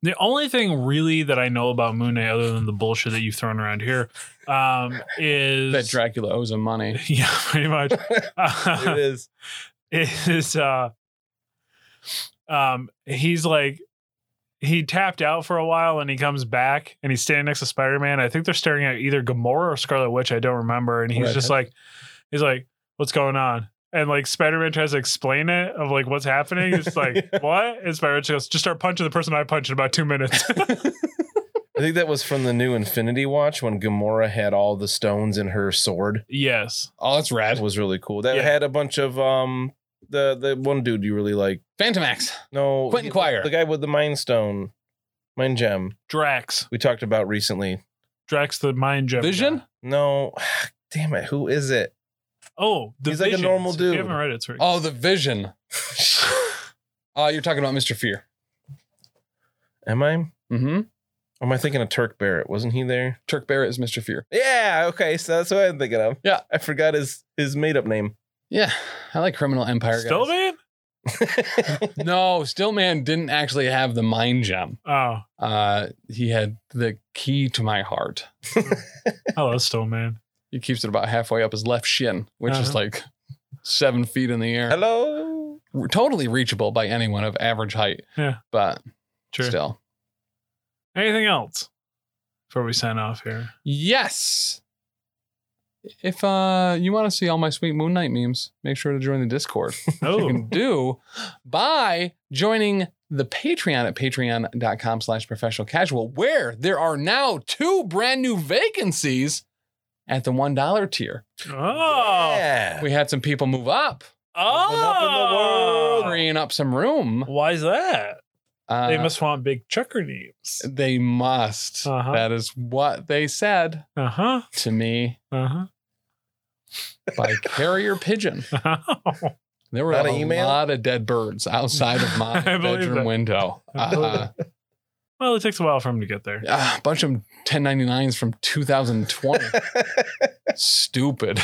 Speaker 3: The only thing really that I know about Moon Knight, other than the bullshit that you've thrown around here, um, is
Speaker 2: that Dracula owes him money.
Speaker 3: yeah, pretty much.
Speaker 4: it
Speaker 3: Uh,
Speaker 4: is.
Speaker 3: is uh, um, he's like he tapped out for a while and he comes back and he's standing next to Spider Man. I think they're staring at either Gamora or Scarlet Witch. I don't remember. And he's
Speaker 2: Right.
Speaker 3: just like, he's like, what's going on? And like Spider Man tries to explain it of like what's happening. It's like what? And Spider Man goes, just start punching the person I punched in about two minutes.
Speaker 4: I think that was from the new Infinity Watch when Gamora had all the stones in her sword.
Speaker 3: yes.
Speaker 2: Oh, that's
Speaker 4: That
Speaker 2: rad.
Speaker 4: was really cool. That
Speaker 3: Yeah.
Speaker 4: had a bunch of um the the one dude you really like.
Speaker 2: Phantom X.
Speaker 4: No,
Speaker 2: Quentin
Speaker 4: he-
Speaker 2: Quire.
Speaker 4: the guy with the Mind Stone, Mind Gem.
Speaker 3: Drax.
Speaker 4: We talked about recently.
Speaker 3: Drax the mind gem.
Speaker 2: Vision?
Speaker 4: No, damn it, who is it?
Speaker 3: Oh, the
Speaker 4: He's like a
Speaker 3: Visions.
Speaker 4: normal
Speaker 3: If
Speaker 4: dude.
Speaker 3: you haven't read it, it's really-
Speaker 2: Oh, the Vision. Oh, you're talking about Mr. Fear.
Speaker 4: Am I? Or
Speaker 2: Mm-hmm.
Speaker 4: am I thinking of Turk Barrett? Wasn't he there?
Speaker 2: Turk Barrett is Mr. Fear.
Speaker 4: Yeah. Okay. So that's what I'm thinking of.
Speaker 2: Yeah.
Speaker 4: I forgot his his made up name.
Speaker 2: Yeah, I like Criminal Empire. guys.
Speaker 3: Still man?
Speaker 2: No, Stillman didn't actually have the mind gem.
Speaker 3: Oh,
Speaker 2: Uh, he had the key to my heart.
Speaker 3: hello, Still man.
Speaker 2: He keeps it about halfway up his left shin, which is
Speaker 3: Uh-huh.
Speaker 2: like seven feet in the air.
Speaker 4: Hello.
Speaker 2: R- Totally reachable by anyone of average height.
Speaker 3: Yeah.
Speaker 2: but
Speaker 3: True.
Speaker 2: still.
Speaker 3: Anything else before we sign off here?
Speaker 2: Yes. If uh, you want to see all my sweet Moon Knight memes, make sure to join the Discord. you
Speaker 3: Oh,
Speaker 2: can do by joining the Patreon at patreon.com slash professional casual, where there are now two brand new vacancies at the $1 tier.
Speaker 3: oh,
Speaker 4: Yeah.
Speaker 2: We had some people move up,
Speaker 3: oh!
Speaker 4: Open up in the world.
Speaker 2: freeing up some room.
Speaker 3: Why is that?
Speaker 2: Uh,
Speaker 3: they must want big checker names.
Speaker 2: They must.
Speaker 3: Uh-huh.
Speaker 2: That is what they said
Speaker 3: Uh huh.
Speaker 2: to me
Speaker 3: Uh
Speaker 2: by carrier pigeon.
Speaker 3: huh.
Speaker 2: There were
Speaker 4: Not
Speaker 2: a
Speaker 4: an email?
Speaker 2: lot of dead birds outside of my
Speaker 3: I believe
Speaker 2: bedroom
Speaker 3: it.
Speaker 2: window.
Speaker 3: I believe
Speaker 2: Uh,
Speaker 3: well, it takes a while for him to get there.
Speaker 2: Ah, a bunch of 1099s from 2020. Stupid.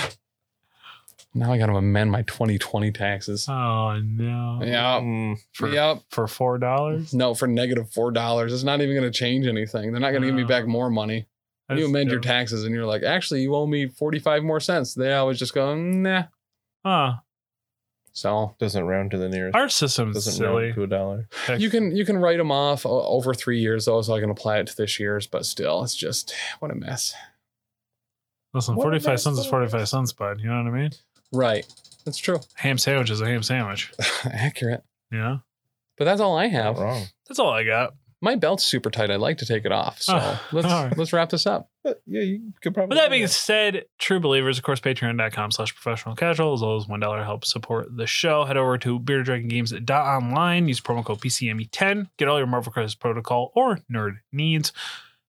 Speaker 2: Now I got to amend my 2020 taxes.
Speaker 3: Oh no.
Speaker 2: Yeah.
Speaker 4: Mm,
Speaker 3: For
Speaker 2: Yep.
Speaker 3: for four dollars.
Speaker 2: No, for negative four dollars. It's not even going to change anything. They're not going to give me
Speaker 3: No.
Speaker 2: back more money. When you amend your taxes and you're like, actually, you owe me 45 more cents. They always just go, nah.
Speaker 3: Huh.
Speaker 2: So
Speaker 4: doesn't round to the nearest.
Speaker 3: Our system's
Speaker 4: doesn't
Speaker 3: silly.
Speaker 4: round to a dollar.
Speaker 3: Heck,
Speaker 2: you can you can write them off o- over three years though, so I can apply it to this year's. But still, it's just what a mess.
Speaker 3: listen.
Speaker 4: What
Speaker 3: Forty five
Speaker 4: about
Speaker 3: cents is
Speaker 4: the-
Speaker 3: forty five cents, bud. You know what I mean?
Speaker 2: Right. That's true.
Speaker 3: Ham sandwich is a ham sandwich.
Speaker 2: Accurate.
Speaker 3: Yeah.
Speaker 2: But that's all I
Speaker 4: Not
Speaker 2: have.
Speaker 4: wrong.
Speaker 3: That's all I got.
Speaker 2: my belt's super tight. I'd like to take it off. So
Speaker 3: Oh,
Speaker 2: let's
Speaker 3: all right.
Speaker 2: let's wrap this up.
Speaker 4: But yeah, you could probably.
Speaker 3: With that being said, true believers, of course, patreon.com slash professional casual, as well as one dollar help support the show. Head over to bearddragongames.online, use promo code PCME10, E get all your Marvel Crisis Protocol or nerd needs.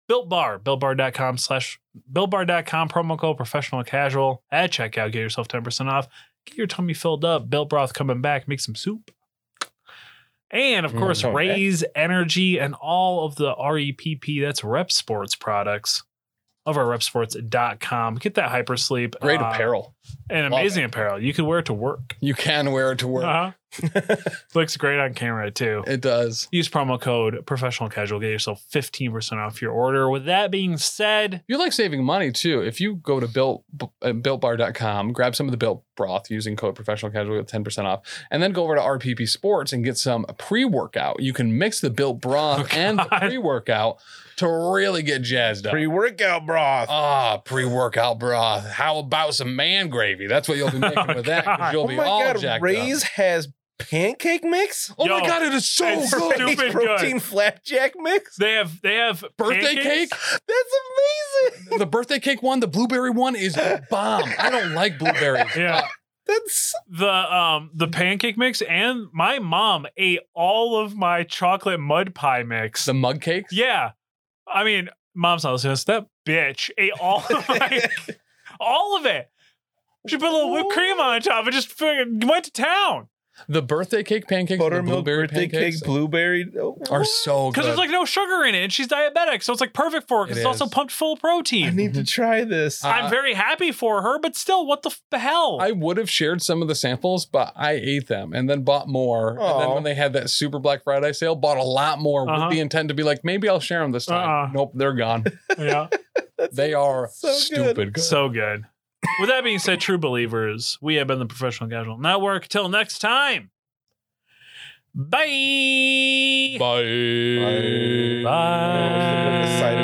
Speaker 3: Built Bar, builtbar.com slash builtbar.com, promo code professional casual at checkout. Get yourself 10% off. Get your tummy filled up. Built broth coming back. Make some soup. And of
Speaker 4: Mm,
Speaker 3: course,
Speaker 4: okay.
Speaker 3: Raise Energy and all of the REPP, that's Rep Sports products of our repsports.com. Get that hypersleep.
Speaker 2: Great
Speaker 3: uh,
Speaker 2: apparel.
Speaker 3: And
Speaker 2: Love
Speaker 3: amazing apparel. You can wear it to work.
Speaker 2: You can wear it to work.
Speaker 3: Uh-huh. Looks great on camera, too.
Speaker 2: It does.
Speaker 3: Use promo code professional casual. Get yourself 15% off your order. With that being said,
Speaker 2: You like saving money too. If you go to built, uh, builtbar.com, grab some of the built broth using code professional casual, get 10% off, and then go over to RPP Sports and get some pre workout. You can mix the built broth
Speaker 3: Oh,
Speaker 2: and
Speaker 3: God.
Speaker 2: pre workout to really get jazzed up.
Speaker 4: pre workout broth.
Speaker 2: Ah, pre-workout broth. How about some man gravy? That's what you'll be making
Speaker 3: Oh,
Speaker 2: with that because
Speaker 3: God.
Speaker 2: you'll
Speaker 4: oh
Speaker 2: be
Speaker 4: my
Speaker 2: all
Speaker 4: god,
Speaker 2: jacked
Speaker 4: Ray's
Speaker 2: up.
Speaker 4: has pancake mix.
Speaker 2: Oh
Speaker 3: Yo,
Speaker 2: my god, it is so
Speaker 3: it's
Speaker 2: good.
Speaker 3: stupid
Speaker 4: Ray's
Speaker 3: good.
Speaker 4: protein flapjack mix.
Speaker 3: they have they have
Speaker 2: Birthday
Speaker 3: pancakes.
Speaker 4: That's amazing.
Speaker 2: The birthday cake one, the blueberry one is bomb. I don't like blueberries.
Speaker 3: Yeah.
Speaker 4: That's
Speaker 3: the um the pancake mix and my mom ate all of my chocolate mud pie mix.
Speaker 2: The mug cakes.
Speaker 3: Yeah. I mean, mom's not listening to this. That bitch ate all of my, all of it. She put a little whipped cream on top and just figured, went to town.
Speaker 2: The birthday cake pancakes, and the
Speaker 4: buttermilk
Speaker 2: blueberry
Speaker 4: birthday
Speaker 2: pancakes
Speaker 4: cake, blueberry. Oh,
Speaker 2: are
Speaker 4: what?
Speaker 2: so
Speaker 3: Because
Speaker 2: good.
Speaker 3: there's like no sugar in it and she's diabetic. So it's like perfect for her because
Speaker 2: It
Speaker 3: it's also
Speaker 2: is.
Speaker 3: pumped full of
Speaker 4: I
Speaker 3: protein.
Speaker 4: need to try this.
Speaker 2: Uh,
Speaker 3: I'm very happy for her, but still, what the f- hell?
Speaker 2: I would have shared some of the samples, but I ate them and then bought more. And then
Speaker 4: Aw.
Speaker 2: when they had that super Black Friday sale, bought a lot more
Speaker 3: Uh-huh.
Speaker 2: with the intent to be like, maybe I'll share them this time.
Speaker 3: Uh-uh.
Speaker 2: Nope, they're gone.
Speaker 3: yeah.
Speaker 2: they are
Speaker 4: so good.
Speaker 2: stupid good.
Speaker 3: So good. With that being said, true believers, we have been the Professional Casual Network. Till next time. Bye.
Speaker 2: Bye.
Speaker 3: Bye.
Speaker 4: Side